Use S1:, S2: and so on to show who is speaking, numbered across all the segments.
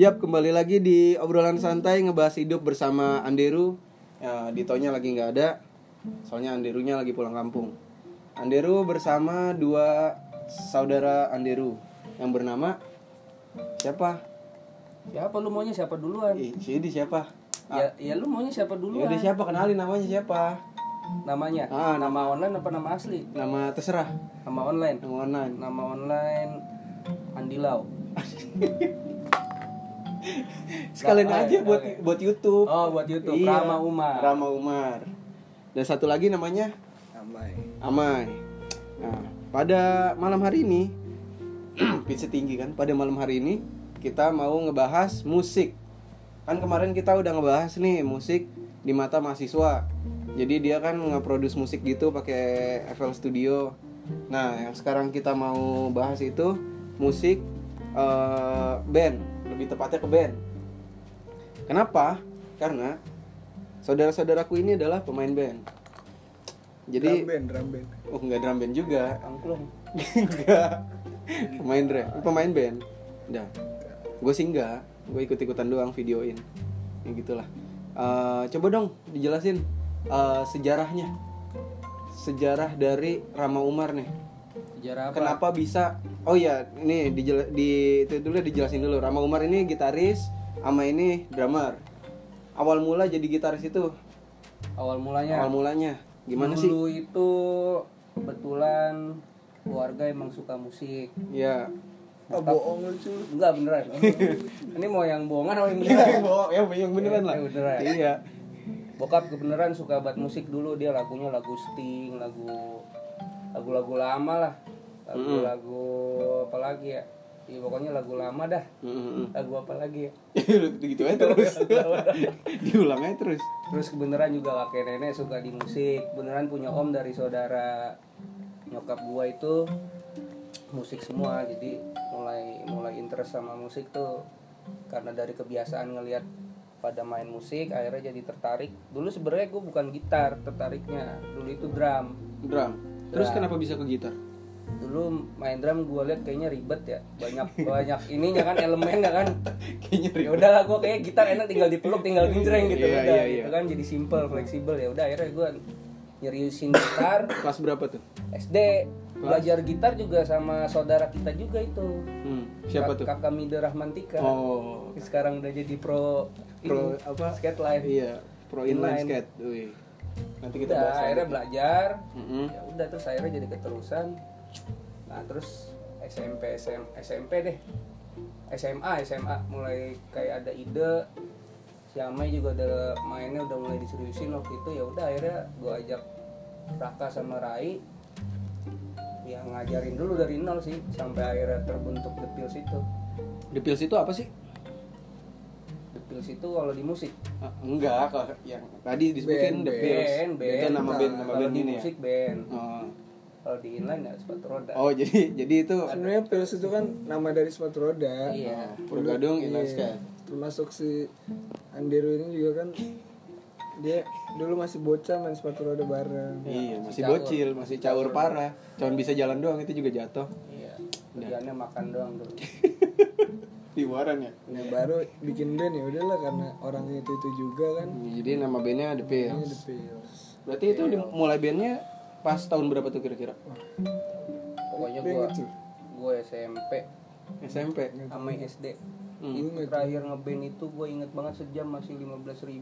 S1: Yap, kembali lagi di obrolan santai ngebahas hidup bersama Anderu. Ya, Ditonya lagi nggak ada, soalnya Anderunya lagi pulang kampung. Anderu bersama dua saudara Anderu yang bernama siapa?
S2: Siapa lu maunya siapa duluan?
S1: Ih, Jadi siapa?
S2: Ya, ya lu maunya siapa duluan?
S1: Yaudah siapa kenalin namanya siapa?
S2: Namanya?
S1: Ah,
S2: nama online apa nama asli?
S1: Nama terserah,
S2: Nama online.
S1: nama online.
S2: Nama online Andilau.
S1: Sekalian
S2: Gak-
S1: aja
S2: eh,
S1: buat
S2: oke.
S1: buat YouTube.
S2: Oh, buat YouTube
S1: Iya,
S2: Rama Umar.
S1: Rama Umar. Dan satu lagi namanya
S3: Amai.
S1: Amai. Nah, pada malam hari ini pizza tinggi kan. Pada malam hari ini kita mau ngebahas musik. Kan kemarin kita udah ngebahas nih musik di mata mahasiswa. Jadi dia kan nge-produce musik gitu pakai FL Studio. Nah, yang sekarang kita mau bahas itu musik eh, band, lebih tepatnya ke band. Kenapa? Karena saudara-saudaraku ini adalah pemain band. Jadi
S3: Drum band, drum band.
S1: Oh nggak drum band juga
S2: Angklung.
S1: Enggak Pemain drum Pemain band Udah Gue sih enggak Gue ikut-ikutan doang videoin Ya gitulah Eh, Coba dong dijelasin eh, Sejarahnya Sejarah dari Rama Umar nih
S2: Sejarah apa?
S1: Kenapa bisa Oh iya Ini dijela- di, itu dulu dijelasin dulu Rama Umar ini gitaris Ama ini drummer Awal mula jadi gitaris itu
S2: Awal mulanya.
S1: Awal mulanya Gimana sih?
S2: Dulu itu kebetulan keluarga emang suka musik.
S1: Ya
S3: Oh, bohong lu cuy.
S2: Enggak beneran. Ini mau yang bohongan apa yang beneran?
S1: Ya yang beneran lah
S2: Yang beneran.
S1: Iya
S2: bokap kebenaran suka buat musik dulu dia lagunya lagu Sting lagu lagu-lagu lama lah lagu-lagu apa lagi ya Iya, pokoknya lagu lama dah
S1: Mm-mm.
S2: lagu apa lagi ya
S1: gitu aja terus diulang aja terus
S2: terus kebenaran juga kakek nenek suka di musik beneran punya om dari saudara nyokap gua itu musik semua jadi mulai mulai interest sama musik tuh karena dari kebiasaan ngelihat pada main musik akhirnya jadi tertarik dulu sebenarnya gue bukan gitar tertariknya dulu itu drum
S1: drum Nah. terus kenapa bisa ke gitar
S2: dulu main drum gue liat kayaknya ribet ya banyak banyak ininya kan elemennya kan
S1: kayaknya
S2: ya udahlah gue kayak gitar enak tinggal dipeluk tinggal genjreng gitu
S1: Iya,
S2: udah
S1: iya,
S2: gitu kan jadi simple fleksibel ya udah akhirnya gue nyeriusin gitar
S1: kelas berapa tuh
S2: SD belajar gitar juga sama saudara kita juga itu
S1: hmm, siapa
S2: Kak-
S1: tuh
S2: kakak Mida Rahmantika
S1: oh
S2: sekarang udah jadi pro
S1: Pro
S2: ini,
S1: apa?
S2: skate live
S1: iya pro inline
S2: Inline.
S1: skate Wih. nanti kita
S2: udah,
S1: bahas lagi.
S2: akhirnya belajar
S1: Mm-mm.
S2: ya udah terus akhirnya jadi keterusan nah terus SMP SM, SMP deh SMA SMA mulai kayak ada ide si Amai juga udah mainnya udah mulai diseriusin waktu itu ya udah akhirnya gue ajak Raka sama Rai yang ngajarin dulu dari nol sih sampai akhirnya terbentuk The Pills itu
S1: the pills itu apa sih
S2: The Pills itu kalau di musik
S1: Ah, enggak kalau yang tadi disebutin
S3: Band,
S1: the pills itu nama band nama
S2: Kalau
S1: band
S2: di
S1: ini ya
S2: musik band
S1: oh.
S2: kalau di inline ya sepatu roda
S1: oh jadi jadi itu
S3: Sebenarnya Pils itu kan nama dari sepatu
S1: Oh.
S3: roda.
S2: iya
S1: bergadung inline
S3: Iya.
S1: skate
S3: Termasuk si Andero ini juga kan dia dulu masih bocah main sepatu roda bareng.
S1: Iya, masih
S2: caur.
S1: bocil, masih caur parah. Cuman bisa jalan doang itu juga jatuh
S2: Iya. Kerjaannya makan doang dulu.
S1: di waran ya.
S3: Nah, baru bikin band ya udahlah karena orangnya itu itu juga kan.
S1: Hmm, Jadi nama bandnya The
S3: Ini
S1: Pills.
S3: Iya, The Pils.
S1: Berarti itu di- mulai bandnya pas tahun berapa tuh kira-kira?
S2: Pokoknya
S3: Band
S2: gua
S3: kecil.
S2: gua SMP
S1: SMP.
S2: sama SD.
S1: Hmm.
S3: Ingat.
S2: Terakhir ngeband itu gue inget banget sejam masih 15.000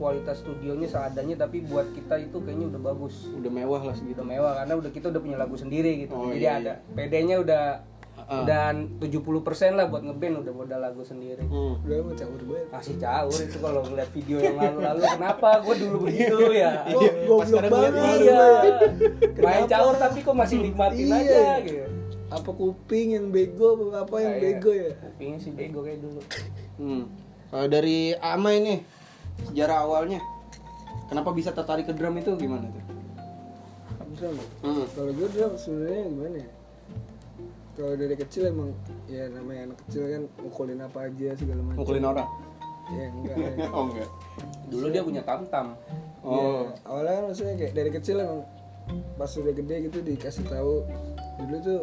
S2: Kualitas studionya seadanya tapi buat kita itu kayaknya udah bagus
S1: Udah mewah lah segitu.
S2: Udah mewah karena udah kita udah punya lagu sendiri gitu
S1: Oh,
S2: Jadi
S1: iya, Ah.
S2: ada PD-nya udah dan 70% lah buat ngeband udah modal lagu sendiri
S1: Hmm.
S3: Udah mau caur banget.
S2: Masih caur itu kalau ngeliat video yang lalu-lalu Kenapa gue dulu begitu
S1: Iya.
S2: ya
S3: Kok goblok banget.
S2: Iya Main caur tapi kok masih nikmatin
S3: Iya.
S2: aja gitu
S3: Apa kuping yang bego apa apa yang
S2: Kayak
S3: bego ya?
S2: kupingnya sih bego kayak dulu
S1: Hmm. Kalau dari Ama ini sejarah awalnya kenapa bisa tertarik ke drum itu gimana tuh?
S3: Bisa nggak?
S1: Hmm.
S3: kalau gue drum sebenarnya gimana ya kalau dari kecil emang ya namanya anak kecil kan mukulin apa aja segala macam
S1: Mukulin orang.
S3: ya enggak ya.
S1: Oh enggak.
S2: dulu dia punya tamtam
S1: Oh.
S3: Ya, awalnya kan maksudnya kayak dari kecil emang pas udah gede gitu dikasih tahu dulu tuh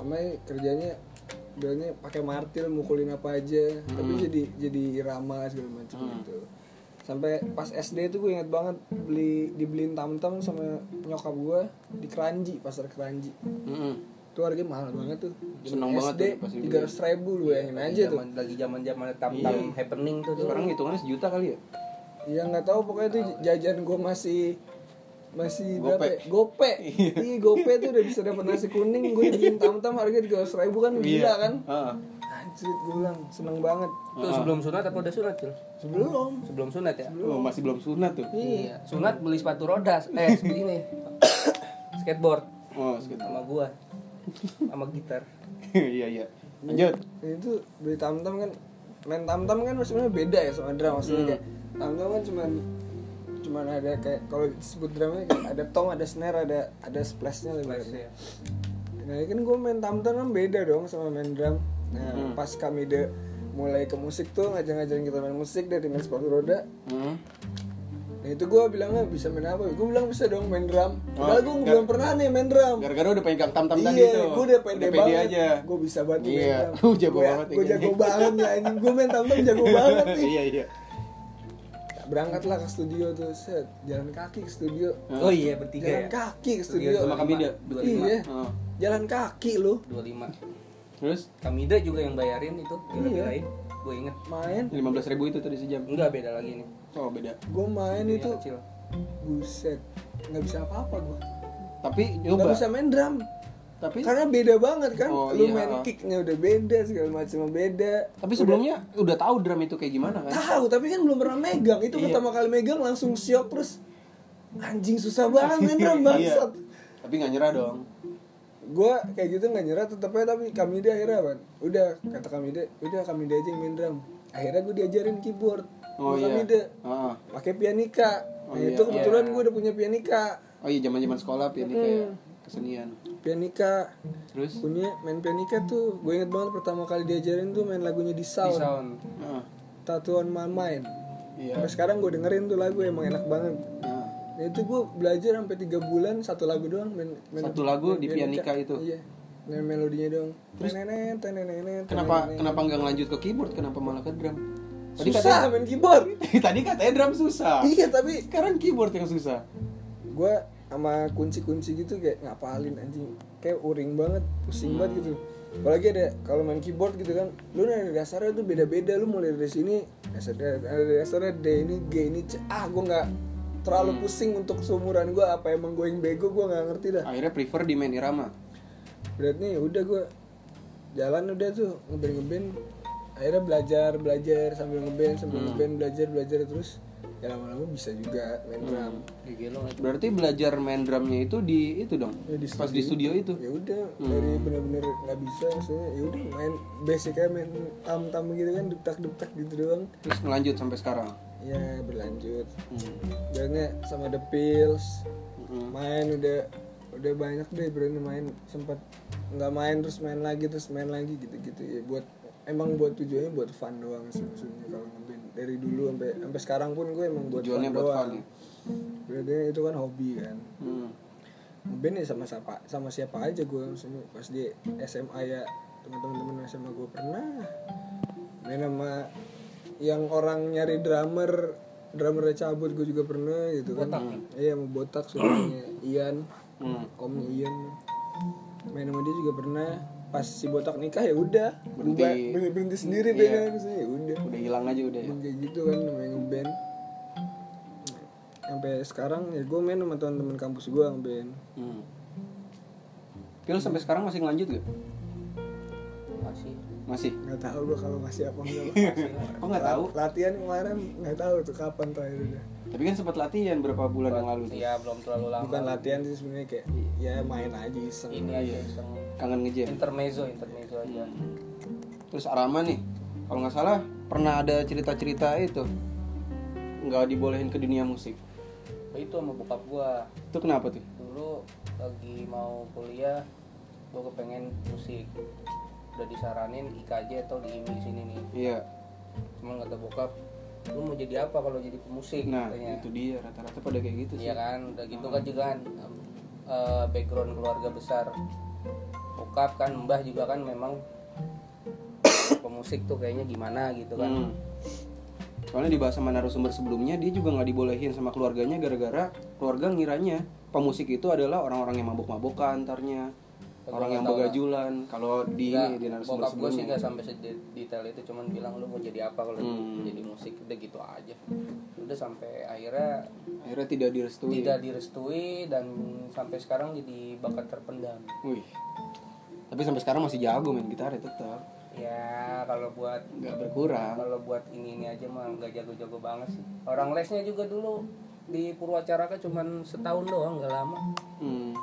S3: amai kerjanya bilangnya pakai martil mukulin apa aja tapi
S1: Hmm.
S3: jadi jadi irama segala macam gitu sampai pas SD tuh gue inget banget beli dibeliin tamtam sama nyokap gue di Keranji pasar Keranji
S1: Mm-mm.
S3: itu harganya mahal banget tuh
S1: Seneng banget
S3: SD
S1: tuh pas dibeli.
S3: tiga ratus ribu lu bayangin aja tuh gitu.
S2: Zaman- lagi zaman zaman tam tam
S1: Iya.
S2: happening tuh tuh.
S1: Sekarang hitungannya sejuta kali ya?
S3: Iya nggak tahu pokoknya itu jajan gue masih masih
S1: Gope.
S3: berapa ya? gope iya gope tuh udah bisa dapat nasi kuning gue beliin tam tam harga tiga ribu kan gila kan
S1: Heeh.
S3: anjir gue bilang seneng banget
S2: Tuh sebelum sunat apa udah sunat cil?
S3: sebelum
S2: Sebelum sunat ya.
S1: Oh, masih belum sunat tuh.
S2: Iya. Sunat beli sepatu roda, eh seperti ini. Skateboard
S1: Oh, sekitar.
S2: sama gua. Sama gitar.
S1: Iya, iya. Lanjut.
S3: itu beli tamtam kan main tamtam kan sebenarnya beda ya sama drum maksudnya kayak tamtam kan cuman cuman ada kayak kalau disebut drumnya kayak ada tom ada snare ada ada splashnya lah
S2: Iya.
S3: ibaratnya. Nah ini kan gue main tamtam kan beda dong sama main drum. Nah
S1: Hmm.
S3: pas kami de mulai ke musik tuh ngajar-ngajarin kita main musik dari main sepatu roda.
S1: Hmm.
S3: Nah itu gue bilangnya bisa main apa? Gue bilang bisa dong main drum.
S1: Oh,
S3: Padahal gue belum pernah nih main drum.
S1: Gara-gara udah pegang tam-tam tadi
S3: Iya,
S1: tuh.
S3: gue udah pede banget.
S1: gitu. aja.
S3: Gue bisa banget main
S1: Iya,
S3: drum.
S1: lu jago
S3: Gua-
S1: banget
S3: Gue
S1: ini.
S3: jago banget ya. Gue main tamtam jago banget nih.
S1: Iya, iya.
S3: Berangkatlah ke studio tuh, set. Jalan kaki ke studio.
S2: Oh iya bertiga ya.
S3: Jalan kaki ke studio.
S1: Sama kami dia.
S3: Iya.
S1: Heeh.
S3: Jalan kaki loh.
S2: 25.
S1: Oh. Terus
S2: Kamida juga yang bayarin itu,
S3: Iya.
S2: gila-gilain. Gua inget.
S3: Main.
S1: 15 ribu itu tadi sejam.
S2: Enggak beda lagi nih.
S1: Oh, beda.
S3: Gue main
S2: Ini
S3: itu
S2: Iya, kecil.
S3: Buset, nggak bisa apa-apa gua
S1: Tapi
S3: Nggak
S1: nyoba.
S3: bisa main drum.
S1: Tapi
S3: Karena beda banget kan.
S1: Oh,
S3: Lu
S1: iya.
S3: main kicknya udah beda, segala macam beda.
S1: tapi sebelumnya udah tahu drum itu kayak gimana kan?
S3: Tahu, tapi kan belum pernah megang.
S1: Iya.
S3: Itu pertama kali megang langsung syok terus anjing susah banget main
S1: Iya.
S3: drum bangsat.
S1: Tapi nggak nyerah dong.
S3: Gua kayak gitu nggak nyerah tetep aja tapi kami dia akhirnya Ban. Udah kata kami dia, udah kami dia aja yang main drum. Akhirnya gue diajarin keyboard.
S1: Oh
S3: sama
S1: iya.
S3: Kami dia
S1: Heeh.
S3: pakai pianika.
S1: Oh,
S3: Nah,
S1: iya.
S3: itu kebetulan gue udah punya pianika.
S1: Oh iya, zaman-zaman sekolah ya ini kayak kesenian.
S3: Pianika
S1: Terus
S3: punya main pianika tuh gue inget banget pertama kali diajarin tuh main lagunya
S2: Di
S3: di sound
S2: sound.
S1: Heeh.
S3: Tattoo on my mind
S1: Ah, Iya.
S3: sampai sekarang gue dengerin tuh lagu emang enak banget
S1: Nah,
S3: nah, itu gue belajar sampai tiga bulan satu lagu doang main, main
S1: Satu lagu di pianika itu?
S3: iya main melodinya doang Tenenen, tenenen,
S1: kenapa
S3: tenenen.
S1: kenapa nggak lanjut ke keyboard? Kenapa malah ke drum? Tadi
S3: susah main keyboard
S1: katanya tadi katanya drum susah.
S3: iya tapi
S1: Sekarang keyboard yang susah.
S3: gue sama kunci-kunci gitu kayak ngapalin anjing kayak uring banget pusing banget gitu apalagi ada kalau main keyboard gitu kan lu dari dasarnya tuh beda-beda lu mulai dari sini dasarnya dari dasarnya D ini G ini C ah gue nggak terlalu pusing untuk seumuran gue apa emang gue yang bego gue nggak ngerti dah
S1: Akhirnya prefer di main irama.
S3: berarti nih udah gue jalan udah tuh ngeband ngeband akhirnya belajar belajar sambil ngeband sambil ngeband belajar belajar terus ya lama-lama bisa juga main drum
S2: Gigi lo nggak-
S1: Berarti belajar main drumnya itu di itu dong.
S3: Ya, di
S1: Pas di studio itu.
S3: ya udah dari
S1: Hmm.
S3: bener-bener nggak bisa maksudnya ya udah main basicnya main tam tam gitu kan detak detak gitu doang
S1: Terus ngelanjut sampai sekarang.
S3: ya berlanjut
S1: Hmm.
S3: jalannya sama the pills main udah udah banyak deh berani main sempat nggak main terus main lagi terus main lagi gitu gitu ya buat emang buat tujuannya buat fun doang sih maksudnya kalau ngeband dari dulu sampai sampai sekarang pun gue emang buat
S1: Tujuannya
S3: fun
S1: buat
S3: doang
S1: fun ya.
S3: berarti itu kan hobi kan
S1: Hmm.
S3: Ben ya sama siapa sama siapa aja gue maksudnya pas di SMA ya teman-teman SMA gue pernah main sama yang orang nyari drummer drummernya cabut gue juga pernah gitu kan iya mau botak suaranya Ian
S1: Hmm.
S3: omnya Ian main sama dia juga pernah pas si botak nikah ya udah bubar, berhenti berhenti sendiri bandnya maksudnya ya udah
S1: Udah hilang aja udah ya.
S3: Emang kayak gitu kan namanya ngeband sampai sekarang ya gue main sama teman-teman kampus gue ngeband
S1: Hmm. Tapi lu sampai sekarang masih ngelanjut gak?
S2: Masih.
S1: Masih.
S3: nggak tahu gue kalau masih apa enggak
S1: Oh nggak tahu.
S3: latihan kemarin nggak tahu tuh kapan terakhir udah
S1: Tapi kan sempat latihan berapa bulan yang lalu tuh.
S2: Ya belum terlalu lama.
S3: bukan latihan sih sebenarnya kayak ya main aja iseng
S2: Ini aja iseng.
S1: Kangen ngejam.
S2: Intermezzo, intermezzo aja.
S1: Terus Arama nih, kalau nggak salah pernah ada cerita-cerita itu nggak dibolehin ke dunia musik.
S2: Nah, itu sama bokap gua
S1: Itu kenapa tuh?
S2: dulu lagi mau kuliah gua kepengen musik udah disaranin IKJ atau di IMI sini nih
S1: Iya.
S2: cuman kata bokap lu mau jadi apa kalau jadi pemusik
S1: Nah,
S2: katanya
S1: itu dia rata-rata pada kayak gitu sih.
S2: iya kan udah gitu kan juga kan eh, background keluarga besar bokap kan mbah juga kan memang pemusik tuh kayaknya gimana gitu kan
S1: Hmm. Soalnya dibahas sama narasumber sebelumnya dia juga nggak dibolehin sama keluarganya gara-gara keluarga ngiranya pemusik itu adalah orang-orang yang mabok-mabokan antarnya
S2: Gua
S1: orang
S2: nggak
S1: yang
S2: tahu lah.
S1: begajulan kalau di
S2: Nggak,
S1: iya, di narasumber
S2: bokap gue sih
S1: sebelumnya.
S2: nggak sampai detail itu cuman bilang lu mau jadi apa kalau
S1: Hmm.
S2: jadi musik udah gitu aja udah sampai akhirnya
S1: Akhirnya tidak direstui.
S2: tidak direstui dan sampai sekarang jadi bakat terpendam
S1: Wih. Tapi sampai sekarang masih jago main gitar ya tetap
S2: ya kalau buat
S1: nggak berkurang.
S2: kalau buat ini ini aja mah nggak jago-jago banget sih orang lesnya juga dulu di Purwacaraka kan cuman setahun doang nggak lama
S1: Hmm.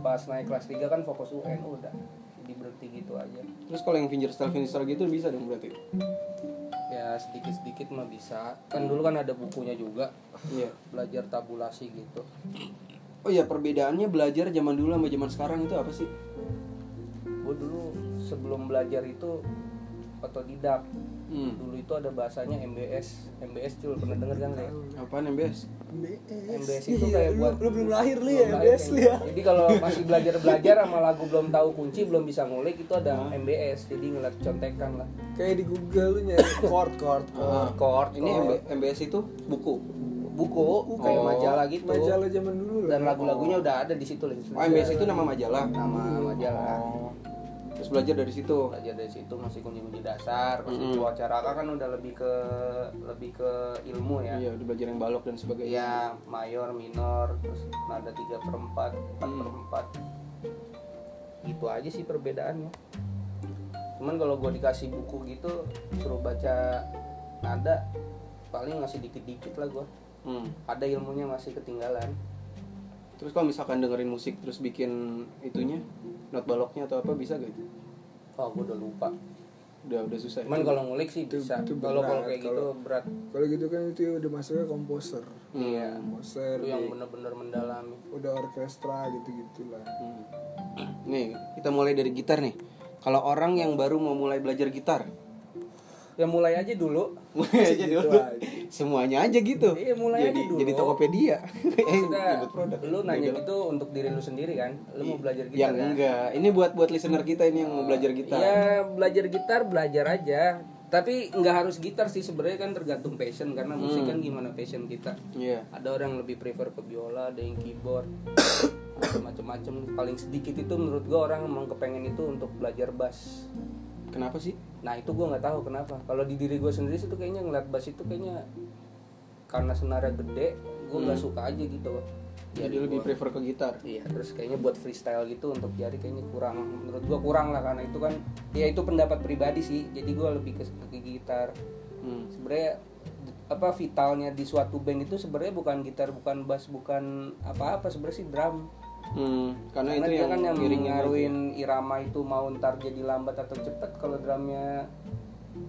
S2: pas naik kelas 3 kan fokus UN udah jadi berhenti gitu aja
S1: Terus kalau yang fingerstyle fingerstyle gitu bisa dong berarti.
S2: ya sedikit-sedikit mah bisa kan dulu kan ada bukunya juga
S1: Iya.
S2: belajar tabulasi gitu
S1: Oh iya perbedaannya belajar zaman dulu sama zaman sekarang itu apa sih?
S2: gue dulu sebelum belajar itu otodidak
S1: Hmm.
S2: dulu itu ada bahasanya MBS MBS cul pernah denger kan Le?
S1: Apaan MBS?
S2: MBS itu kayak
S3: Iya,
S2: buat
S3: lu, lu belum lahir lu
S2: belum
S3: ya
S2: lahir,
S3: MBS lu ya
S2: Jadi kalau masih belajar-belajar sama lagu belum tahu kunci, belum bisa ngulik itu ada
S3: Hmm.
S2: MBS. Jadi ngeliat contekan lah.
S3: kayak di Google lu nyari chord chord chord
S2: Chord,
S1: Ini MB- MBS itu buku.
S2: buku kayak
S1: Oh.
S2: majalah gitu.
S3: majalah zaman dulu lah
S2: Dan lagu-lagunya udah ada di situ lah.
S1: Oh, MBS itu nama majalah.
S2: nama majalah.
S3: Hmm.
S1: Terus belajar dari situ.
S2: Belajar dari situ masih kunci-kunci dasar, masih
S1: Mm-mm.
S2: wawancara kan udah lebih ke lebih ke ilmu ya.
S1: Iya, udah belajar yang balok dan sebagainya.
S2: Ya mayor, minor, terus nada 3 per 4, 4 per
S3: Hmm.
S2: 4 Gitu aja sih perbedaannya Cuman kalau gue dikasih buku gitu Suruh baca nada Paling ngasih dikit-dikit lah gue
S1: Hmm.
S2: Ada ilmunya masih ketinggalan
S1: Terus kalau misalkan dengerin musik terus bikin itunya not baloknya atau apa bisa gak itu?
S2: Oh gue udah lupa
S1: Udah udah susah. ya?
S2: Cuman kalau ngulik sih
S3: Itu-
S2: bisa
S3: itu
S2: Kalau kalau
S3: berat,
S2: kayak gitu
S3: kalau-
S2: berat
S3: kalau gitu kan itu ya udah masuknya komposer
S2: Iya
S3: komposer
S2: Lu yang
S3: di-
S2: bener-bener mendalami
S3: udah orkestra gitu gitulah
S1: Hmm. Nih, kita mulai dari gitar nih. Kalau orang yang baru mau mulai belajar gitar,
S2: Ya mulai aja dulu
S1: mulai aja
S3: Gitu
S1: dulu.
S3: aja.
S1: Semuanya aja gitu.
S2: Iya,
S1: jadi,
S2: mulai aja dulu.
S1: Jadi Tokopedia. Eh,
S2: Maksudnya
S1: nyebut produk.
S2: lu nanya gitu untuk diri lu sendiri kan Lu mau belajar
S1: yang
S2: gitar kan?
S1: enggak. Ini buat buat listener kita ini yang mau belajar gitar.
S2: Ya belajar gitar belajar aja. Tapi nggak harus gitar sih sebenarnya kan tergantung passion karena musik kan gimana passion kita.
S1: Iya.
S2: Ada orang yang lebih prefer ke biola, ada yang keyboard, ada macam-macam. Paling sedikit itu menurut gua orang emang kepengen itu untuk belajar bass.
S1: Kenapa sih?
S2: Nah itu gua nggak tahu kenapa. Kalau di diri gua sendiri sih tuh kayaknya ngeliat bass itu kayaknya karena senara gede, gua nggak suka aja gitu.
S1: Jadi lebih prefer ke gitar.
S2: Iya, terus kayaknya buat freestyle gitu untuk jari kayaknya kurang menurut gua kurang lah karena itu kan ya itu pendapat pribadi sih. Jadi gua lebih ke, ke gitar.
S1: Hmm.
S2: Sebenarnya apa vitalnya di suatu band itu sebenarnya bukan gitar, bukan bass, bukan apa-apa sebenarnya sih drum.
S1: Hmm, karena,
S2: Karena
S1: itu
S2: dia
S1: yang,
S2: kan yang
S1: ngiringin
S2: ngaruhin irama itu mau ntar jadi lambat atau cepat kalau drumnya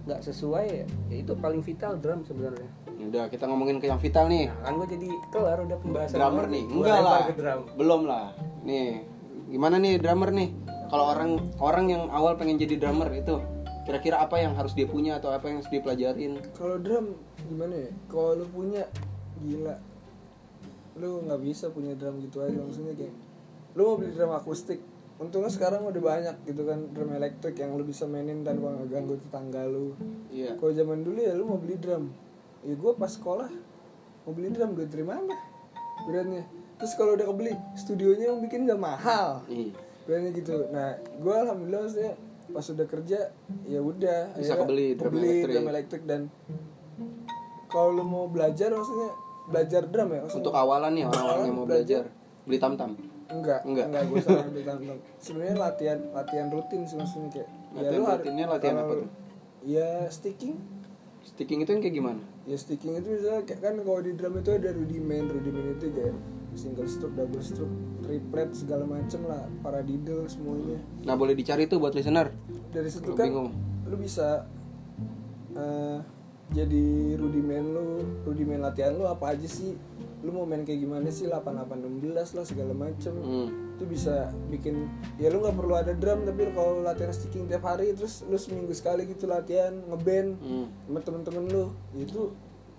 S2: nggak sesuai ya, ya itu paling vital drum sebenarnya.
S1: itu. Ya Udah, kita ngomongin ke yang vital nih.
S2: Nah, kan gua jadi kelar udah pembahasan.
S1: drummer
S2: gua,
S1: nih.
S2: gua
S1: Enggak
S2: Iya, lempar
S1: lah.
S2: ke drum.
S1: Belum lah. Nih, gimana nih drummer nih? Kalau orang orang yang awal pengen jadi drummer itu kira-kira apa yang harus dia punya atau apa yang harus dipelajarin?
S3: kalau drum gimana ya kalau lu punya gila lu nggak bisa punya drum gitu aja maksudnya kayak lu mau beli drum akustik untungnya sekarang udah banyak gitu kan drum elektrik yang lu bisa mainin tanpa ngeganggu tetangga lu
S1: Iya.
S3: kalau zaman dulu ya lu mau beli drum ya gue pas sekolah mau beli drum duit dari mana beratnya terus kalau udah kebeli studionya mau bikin gak mahal
S1: Iya.
S3: beratnya gitu nah gue alhamdulillah maksudnya pas udah kerja ya udah
S1: Bisa
S3: akhirnya
S1: kebeli drum
S3: kebeli
S1: elektrik.
S3: drum elektrik dan kalau lu mau belajar maksudnya belajar drum ya maksudnya
S1: Untuk awalan nih orang-orang yang mau belajar beli tamtam.
S3: enggak
S1: Enggak.
S3: enggak, gue sama beli tantang sebenarnya latihan latihan rutin sih maksudnya kayak
S1: Latihan
S3: har-
S1: rutinnya latihan
S3: kalau
S1: apa
S3: lu-
S1: tuh?
S3: ya sticking
S1: Sticking itu yang kayak gimana?
S3: ya sticking itu misalnya kayak kan kalau di drum itu ada rudiment rudiment itu kayak single stroke double stroke triplet segala macem lah paradiddle semuanya
S1: Nah, boleh dicari tuh buat listener.
S3: dari situ
S1: Gua
S3: kan
S1: bingung.
S3: lu bisa eh, jadi rudiment lu rudiment latihan lu apa aja sih lu mau main kayak gimana sih 8816 lah segala macem
S1: Hmm.
S3: itu bisa bikin ya lu nggak perlu ada drum tapi kalau latihan sticking tiap hari terus lu seminggu sekali gitu latihan ngeband
S1: Hmm.
S3: sama temen-temen lu itu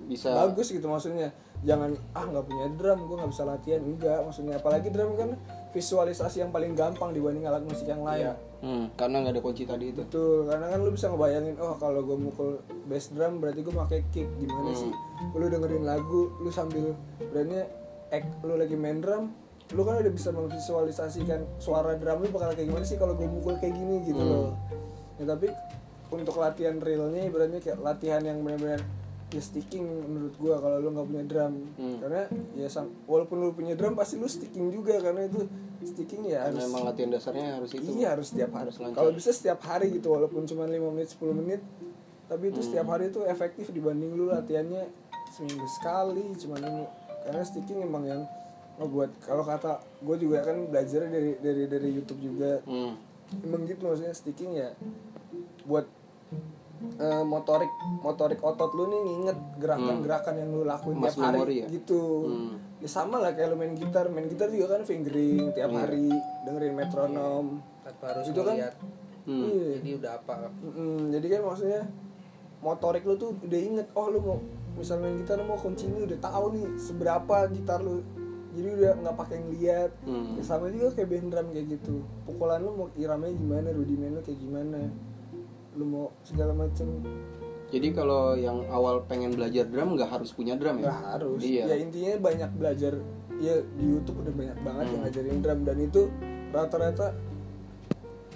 S1: Bisa
S3: bagus gitu maksudnya jangan ah nggak punya drum gue nggak bisa latihan enggak maksudnya apalagi drum kan visualisasi yang paling gampang dibanding alat musik yang lain
S1: Hmm, karena nggak ada kunci tadi itu.
S3: Betul, karena kan lu bisa ngebayangin, oh kalau gue mukul bass drum berarti gue pakai kick gimana sih? Lu dengerin lagu, lu sambil berarti act lu lagi main drum, lu kan udah bisa memvisualisasikan suara drum lu bakal kayak gimana sih kalau gue mukul kayak gini gitu loh. Ya tapi untuk latihan realnya ibaratnya kayak latihan yang benar-benar ya sticking menurut gua kalau lu nggak punya drum karena ya sam- walaupun lu punya drum pasti lu sticking juga karena itu sticking ya
S1: Karena
S3: harus
S1: emang latihan dasarnya harus itu.
S3: Iya harus setiap hari.
S1: Harus lancar.
S3: Kalau bisa setiap hari gitu walaupun cuma 5 menit 10 menit tapi itu
S1: Hmm.
S3: setiap hari itu efektif dibanding lu latihannya seminggu sekali cuman ini karena sticking emang yang ngebuat kalau kata gue juga kan belajar dari dari dari YouTube juga
S1: Hmm.
S3: emang gitu maksudnya sticking ya buat eh, motorik motorik otot lu nih nginget gerakan-gerakan yang lu lakuin
S1: Muscle
S3: tiap hari
S1: memory Hmm. ya?
S3: gitu
S1: Hmm.
S3: ya sama lah kayak lu main gitar main gitar juga kan fingering tiap
S1: Iya.
S3: hari dengerin metronom
S2: tanpa harus
S3: Itu kan-
S2: melihat
S1: Hmm.
S3: Iya.
S2: jadi udah apa
S3: Mm-mm, jadi kan maksudnya motorik lu tuh udah inget oh lu mau misal main gitar lu mau kunci ini udah tahu nih seberapa gitar lu jadi udah nggak pakai ngeliat
S1: Hmm.
S3: Ya, sama juga kayak band drum kayak gitu pukulan lu mau iramanya gimana rudimen lu kayak gimana lu mau segala macem
S1: Jadi kalau yang awal pengen belajar drum nggak harus punya drum ya?
S3: nggak harus
S1: Iya.
S3: ya intinya banyak belajar ya di YouTube udah banyak banget yang ngajarin drum dan itu rata-rata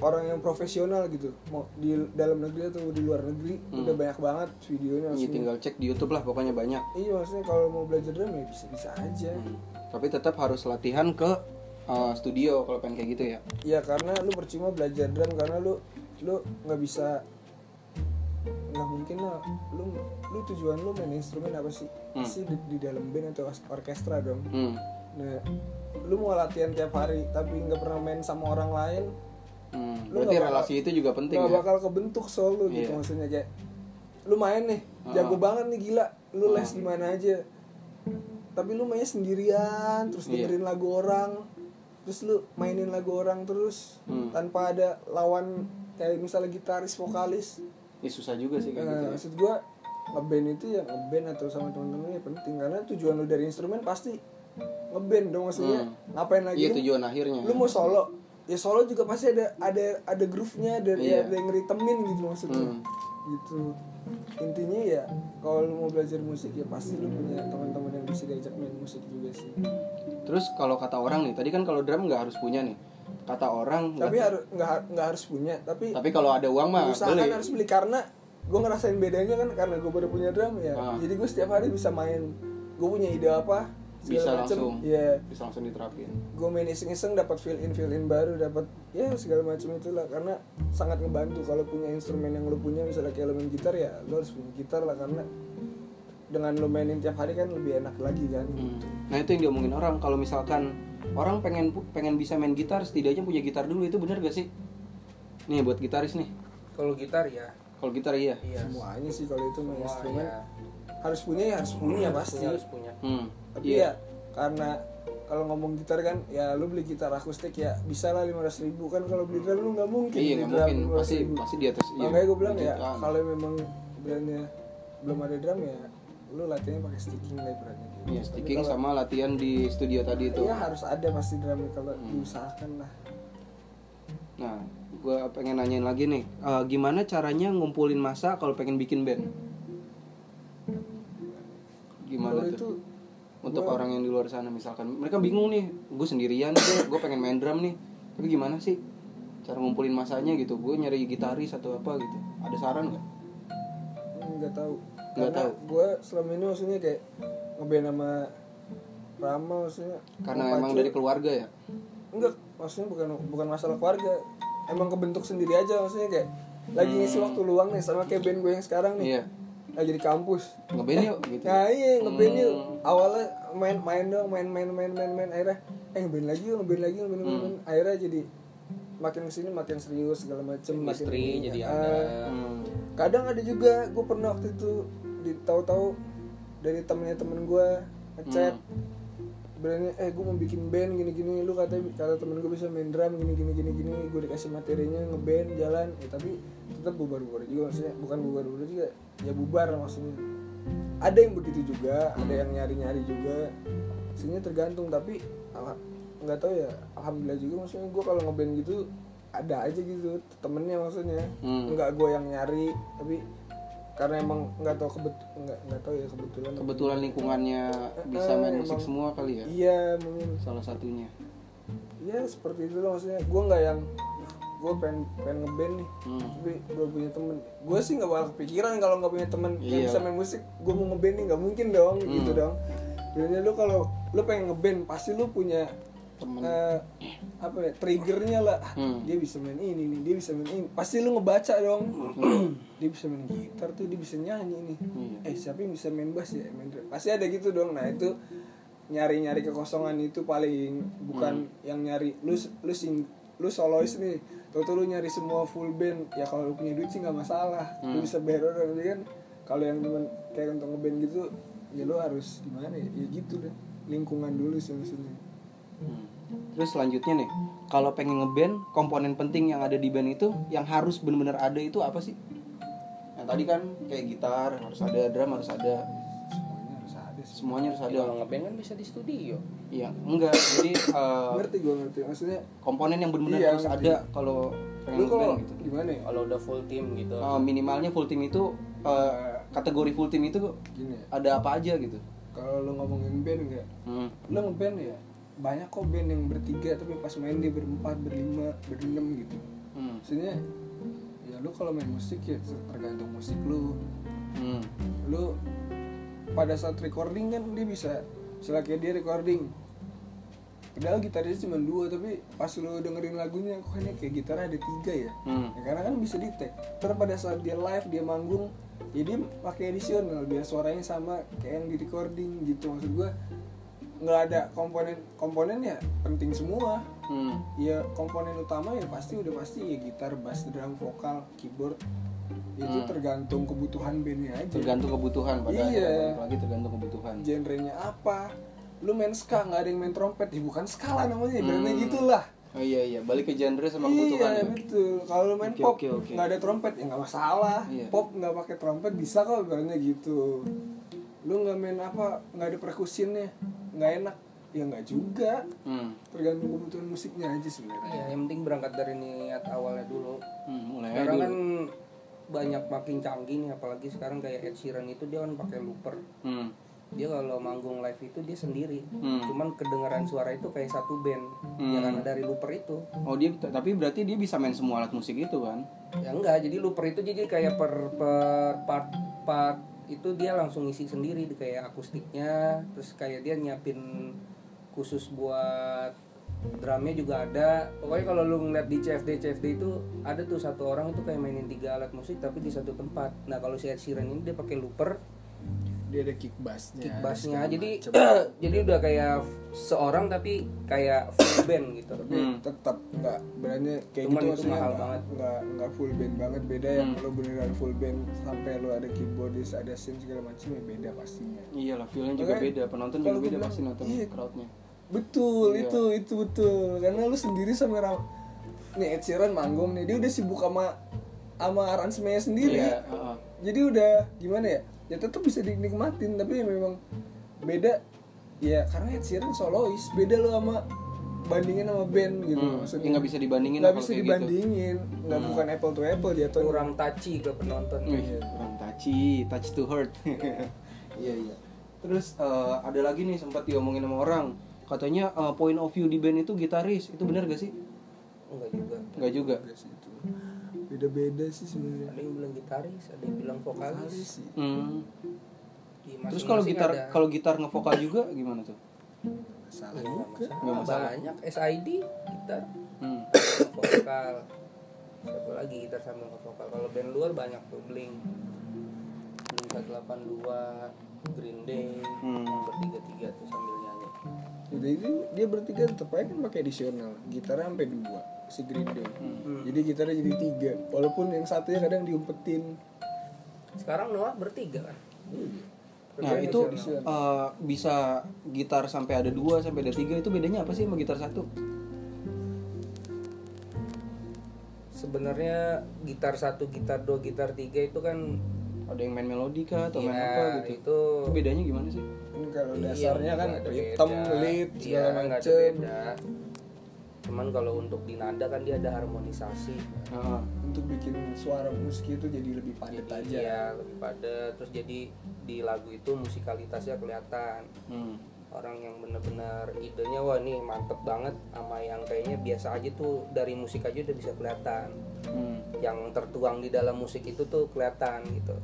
S3: orang yang profesional gitu mau di dalam negeri atau di luar negeri udah banyak banget videonya
S1: Ini
S3: langsung
S1: tinggal cek di YouTube lah pokoknya banyak.
S3: Iya maksudnya kalau mau belajar drum ya bisa-bisa aja.
S1: Tapi tetap harus latihan ke uh, studio kalau pengen kayak gitu ya.
S3: Ya karena lu percuma belajar drum karena lu lu nggak bisa nggak mungkin lah lu lu tujuan lu main instrumen apa sih pasti di, di dalam band atau orkes- orkestra dong
S1: Hmm.
S3: nah lu mau latihan tiap hari tapi nggak pernah main sama orang lain
S1: Hmm.
S3: Lu
S1: Berarti
S3: nggak bakal-
S1: relasi itu juga penting
S3: nggak
S1: ya.
S3: bakal kebentuk soal lu gitu
S1: Iya.
S3: maksudnya kayak lu main nih jago banget nih gila lu les di mana aja tapi lu mainnya sendirian terus
S1: Iya.
S3: dengerin lagu orang terus lu mainin lagu orang terus
S1: Hmm.
S3: tanpa ada lawan kayak misalnya gitaris vokalis
S1: Ih, susah juga sih kayak gitu.
S3: Nah, maksud gua ngeband itu ya ngeband atau sama temen-temen ya penting karena tujuan lu dari instrumen pasti ngeband dong maksudnya
S1: Hmm.
S3: ngapain lagi
S1: Iya
S3: lu-
S1: tujuan akhirnya.
S3: lu mau solo ya solo juga pasti ada ada ada groove-nya dan
S1: Iya.
S3: ya ada yang ngeritemin gitu maksudnya
S1: Hmm.
S3: gitu intinya ya kalau lu mau belajar musik ya pasti lu punya teman-teman yang bisa diajak main musik juga sih
S1: Terus kalau kata orang nih, tadi kan kalau drum nggak harus punya nih. Kata orang. nggak-
S3: tapi harus nggak har- nggak harus punya tapi,
S1: tapi kalau ada uang mah
S3: usahakan
S1: beli.
S3: harus beli karena gue ngerasain bedanya kan karena gue baru punya drum ya
S1: Ah.
S3: jadi gue setiap hari bisa main gue punya ide apa
S1: Bisa
S3: segala macem.
S1: langsung.
S3: ya
S1: Bisa langsung diterapin.
S3: gue main iseng-iseng dapat feel in feel in baru dapat ya segala macam itulah karena sangat ngebantu kalau punya instrumen yang lo punya misalnya kayak lo main gitar ya lo harus punya gitar lah karena dengan lo mainin tiap hari kan lebih enak lagi kan
S1: Hmm. Nah itu yang diomongin orang kalau misalkan orang pengen pengen bisa main gitar setidaknya punya gitar dulu itu bener gak sih? Nih buat gitaris nih.
S2: kalau gitar ya
S1: Kalau gitar iya.
S2: iya
S3: semuanya sih kalau itu main
S2: Wah,
S3: instrumen
S2: ya.
S3: harus punya ya harus punya pasti
S2: punya harus punya
S1: Hmm.
S3: tapi
S1: Iya.
S3: ya karena kalau ngomong gitar kan ya lo beli gitar akustik ya bisa lah lima ribu kan kalau beli drum lo nggak mungkin
S1: Iya nggak
S3: beli drum
S1: mungkin
S3: 500.000.
S1: pasti pasti di atas. iya.
S3: makanya gue bilang ya
S1: Jutaan.
S3: kalau memang brandnya belum ada drum ya lu latihannya pakai sticking lah brandnya gitu
S1: Iya, sticking sama latihan di studio tadi itu.
S3: ya harus ada pasti drumnya kalau
S1: Hmm.
S3: diusahakan lah
S1: Nah, gue pengen nanyain lagi nih, eh, gimana caranya ngumpulin masa kalau pengen bikin band? Gimana
S3: kalau
S1: tuh?
S3: itu
S1: Untuk orang yang di luar sana misalkan, mereka bingung nih, gue sendirian nih, gue pengen main drum nih, tapi gimana sih cara ngumpulin masanya gitu? Gue nyari gitaris atau apa gitu? Ada saran nggak?
S3: hmm, nggak tahu
S1: Nggak
S3: karena
S1: tahu.
S3: gue selama ini maksudnya kayak ngeband sama Rama maksudnya
S1: Karena
S3: sama
S1: emang
S3: Pacu.
S1: dari keluarga ya.
S3: enggak maksudnya bukan bukan masalah keluarga emang kebentuk sendiri aja maksudnya kayak lagi ngisi waktu luang nih sama kayak band gue yang sekarang nih
S1: Hmm. Iya,
S3: lagi di kampus
S1: ngeband yuk gitu.
S3: Nah iya ngeband yuk
S2: Hmm.
S3: Awalnya main main doang main main main main main akhirnya eh ngeband lagi yuk ngeband lagi ngeband ngeband
S2: Hmm.
S3: ngeband. akhirnya jadi makin kesini makin serius segala macem makin
S2: istri
S3: ini.
S2: jadi
S3: Ah,
S2: ada
S1: Hmm.
S3: kadang ada juga gue pernah waktu itu ditahu-tahu dari temennya temen gue ngechat berani eh gue mau bikin band gini gini lu kata kata temen gue bisa main drum gini gini gini gini gue dikasih materinya ngeband jalan ya tapi tetap bubar bubar juga maksudnya bukan bubar bubar juga ya bubar maksudnya ada yang begitu juga ada yang nyari nyari juga ah, sini tergantung tapi ala- nggak tahu ya alhamdulillah juga maksudnya gue kalau ngeband gitu ada aja gitu temennya maksudnya
S1: Hmm.
S3: nggak gue yang nyari tapi karena emang nggak tahu kebet nggak nggak tahu ya kebetulan
S1: kebetulan lingkungannya bisa main musik semua kali ya
S3: iya mungkin
S1: salah satunya
S3: ya seperti itu loh maksudnya gue nggak yang gue pengen pengen ngeband nih
S1: Hmm.
S3: tapi gue punya temen gue sih nggak bakal kepikiran kalau nggak punya temen yang
S1: Iya. Hmm.
S3: bisa main musik gue mau ngeband nih nggak mungkin dong gitu dong biasanya lu kalau lu pengen ngeband pasti lu punya
S1: Temen.
S3: eh, apa ya triggernya lah Ah,
S1: Hmm.
S3: dia bisa main ini nih dia bisa main ini pasti lu ngebaca dong dia bisa main gitar tuh dia bisa nyanyi nih
S1: Iya.
S3: eh siapa yang bisa main bass ya main drum. pasti ada gitu dong nah itu nyari-nyari kekosongan itu paling bukan yang nyari lu lu sing lu solois nih tau lu nyari semua full band ya kalau lu punya duit sih nggak masalah lu bisa bayar orang tapi kan kalau yang cuman kayak untuk ngeband gitu ya lu harus gimana ya, ya gitu deh lingkungan dulu sih maksudnya
S1: Hmm. Terus selanjutnya nih, kalau pengen ngeband, komponen penting yang ada di band itu yang harus bener-bener ada itu apa sih? Yang tadi kan kayak gitar harus ada, drum harus ada,
S3: semuanya harus ada sih
S1: semuanya harus
S2: Jadi
S1: ada.
S2: kalau ngeband kan bisa di studio.
S1: Iya, enggak. Jadi eh,
S3: ngerti gue ngerti maksudnya
S1: komponen yang bener-bener
S3: Iya,
S1: harus
S3: ngerti.
S1: ada kalau
S3: lu
S1: pengen
S3: kalau
S1: ngeband gitu.
S3: gimana ya
S2: Kalau udah full team gitu.
S1: Eh, minimalnya full team itu eh, kategori full team itu
S3: gini ya
S1: ada apa aja gitu.
S3: kalau lu ngomongin band enggak
S1: Hmm.
S3: lo ngeband ya banyak kok band yang bertiga tapi pas main dia berempat berlima berenam gitu
S1: Hmm.
S3: maksudnya ya lu kalau main musik ya tergantung musik lu
S1: Hmm.
S3: lu pada saat recording kan dia bisa misalnya kayak dia recording padahal gitarnya cuma dua tapi pas lu dengerin lagunya kok ini kayak gitarnya ada tiga ya
S1: Hmm.
S3: Ya, karena kan bisa di tag Terus pada saat dia live dia manggung jadi pakai additional biar suaranya sama kayak yang di recording gitu maksud gua nggak ada komponen komponennya penting semua
S1: Hmm.
S3: ya komponen utama ya pasti udah pasti ya gitar bass drum vokal keyboard itu
S1: Hmm.
S3: tergantung kebutuhan bandnya aja
S1: Tergantung kebutuhan pada
S3: Iya.
S1: akhirnya, balik lagi tergantung kebutuhan.
S3: genrenya apa lu main ska nggak ada yang main trompet ya bukan ska lah namanya
S1: Hmm.
S3: brandnya gitulah
S1: Oh iya iya, balik ke genre sama kebutuhan.
S3: iya
S1: ya.
S3: betul kalau lu main
S1: Oke,
S3: pop
S1: oke, oke.
S3: nggak ada trompet ya nggak masalah
S1: Iya.
S3: pop nggak pakai trompet bisa kok ibaratnya gitu lu nggak main apa nggak ada perkusinnya nggak enak ya nggak juga
S1: Hmm.
S3: tergantung kebutuhan musiknya aja sebenarnya
S2: Ya, yang penting berangkat dari niat awalnya dulu.
S1: Hmm, mulai
S2: Sekarang
S1: dulu.
S2: kan banyak makin canggih nih apalagi sekarang kayak Ed Sheeran itu dia kan pakai looper.
S1: Hmm.
S2: Dia kalau manggung live itu dia sendiri.
S1: Hmm.
S2: Cuman kedengaran suara itu kayak satu band. Ya
S1: Hmm.
S2: karena dari looper itu.
S1: Oh dia tapi berarti dia bisa main semua alat musik itu kan?
S2: Ya enggak, jadi looper itu jadi kayak per per part part itu dia langsung isi sendiri kayak akustiknya, terus kayak dia nyiapin khusus buat drumnya juga ada. Pokoknya kalau lu ngeliat di CFD CFD itu ada tuh satu orang itu kayak mainin tiga alat musik tapi di satu tempat. Nah, kalau si Ed Sheeran ini dia pakai looper,
S3: dia ada kick bassnya
S2: kick
S3: ada
S2: bassnya.
S3: Ya, segala
S2: Jadi
S3: macem.
S2: jadi udah kayak seorang tapi kayak full band gitu.
S3: tapi tetap nggak berani kayak
S2: Cuman
S3: gitu
S2: itu
S3: maksudnya
S2: mahal
S3: nggak-
S2: banget. Hmm.
S3: nggak nggak full band banget beda yang lo beneran full band sampai lo ada keyboardis ada synth segala macam ya beda pastinya
S1: Iya lah, feelnya juga
S3: Makanya,
S1: beda, penonton
S3: kalau
S1: juga
S3: gua
S1: beda
S3: bilang,
S1: pasti nonton
S3: iya.
S1: crowdnya.
S3: Betul,
S1: Iya.
S3: itu itu betul. Karena lu sendiri sama Ram nih Ed Sheeran manggung nih, dia udah sibuk sama sama aransemennya sendiri.
S1: Iya. heeh.
S3: Jadi udah gimana ya? Ya tetap bisa dinikmatin tapi ya memang beda ya karena Ed Sheeran solois, beda lo sama bandingin sama band gitu
S1: Hmm,
S3: maksudnya.
S1: ya nggak bisa dibandingin
S3: Nggak
S1: lah
S3: bisa
S1: kalau kayak gitu. Hmm.
S3: dibandingin, nggak bukan apple to apple jatuhnya.
S2: Kurang taci ke penonton.
S3: Iya.
S1: Gitu. Wih, kurang touchy, touch to hurt. iya iya. Terus eh, ada lagi nih sempat diomongin sama orang, katanya eh, point of view di band itu gitaris, itu benar gak sih?
S2: Enggak juga.
S1: Nggak juga.
S3: Beda sih itu. Beda-beda sih sebenarnya.
S2: ada yang bilang gitaris ada yang bilang
S3: Vokalis
S2: vokalis
S3: sih.
S1: Hmm.
S2: Di
S1: Terus
S2: masing-masing
S1: kalau
S2: ada-
S1: gitar kalau gitar ngevokal juga gimana tuh?
S3: Salah
S1: Hmm.
S2: Nggak
S3: juga.
S2: masalah,
S1: Nggak masalah.
S2: banyak SID gitar
S1: Hmm.
S2: vokal siapa lagi gitar sambil ke vokal kalau band luar banyak tuh Blink Blink 182 Green Day
S1: Hmm.
S2: bertiga tiga tuh sambil nyanyi
S3: Udah itu dia bertiga tetap aja kan pakai additional gitarnya sampai dua si Green Day.
S2: Hmm.
S1: Hmm.
S3: Jadi gitarnya jadi tiga. Walaupun yang satunya kadang diumpetin.
S2: sekarang Noah bertiga kan
S1: Nah
S3: Kerjanya
S1: itu
S3: additional.
S1: eh, bisa gitar sampai ada dua sampai ada tiga itu bedanya apa sih sama gitar satu?
S2: sebenarnya gitar satu gitar dua gitar tiga itu kan
S1: Ada yang main melodi kah atau main
S3: Iya,
S2: ya,
S1: apa gitu?
S2: itu
S1: Itu bedanya gimana sih?
S3: Kan kalau dasarnya kan
S2: Iya, nggak ada
S3: hitam,
S2: beda.
S3: lead
S2: Iya,
S3: segala
S2: nggak ada
S3: macem.
S2: beda. cuman kalau untuk di nada kan dia ada harmonisasi
S1: Heeh.
S3: untuk bikin suara musik itu jadi lebih padat
S2: Jadi,
S3: aja
S2: ya, lebih padat terus jadi di lagu itu musikalitasnya kelihatan
S1: Hmm.
S2: orang yang bener-bener idenya wah nih mantep banget sama yang kayaknya biasa aja tuh dari musik aja udah bisa kelihatan
S1: Hmm.
S2: yang tertuang di dalam musik itu tuh kelihatan gitu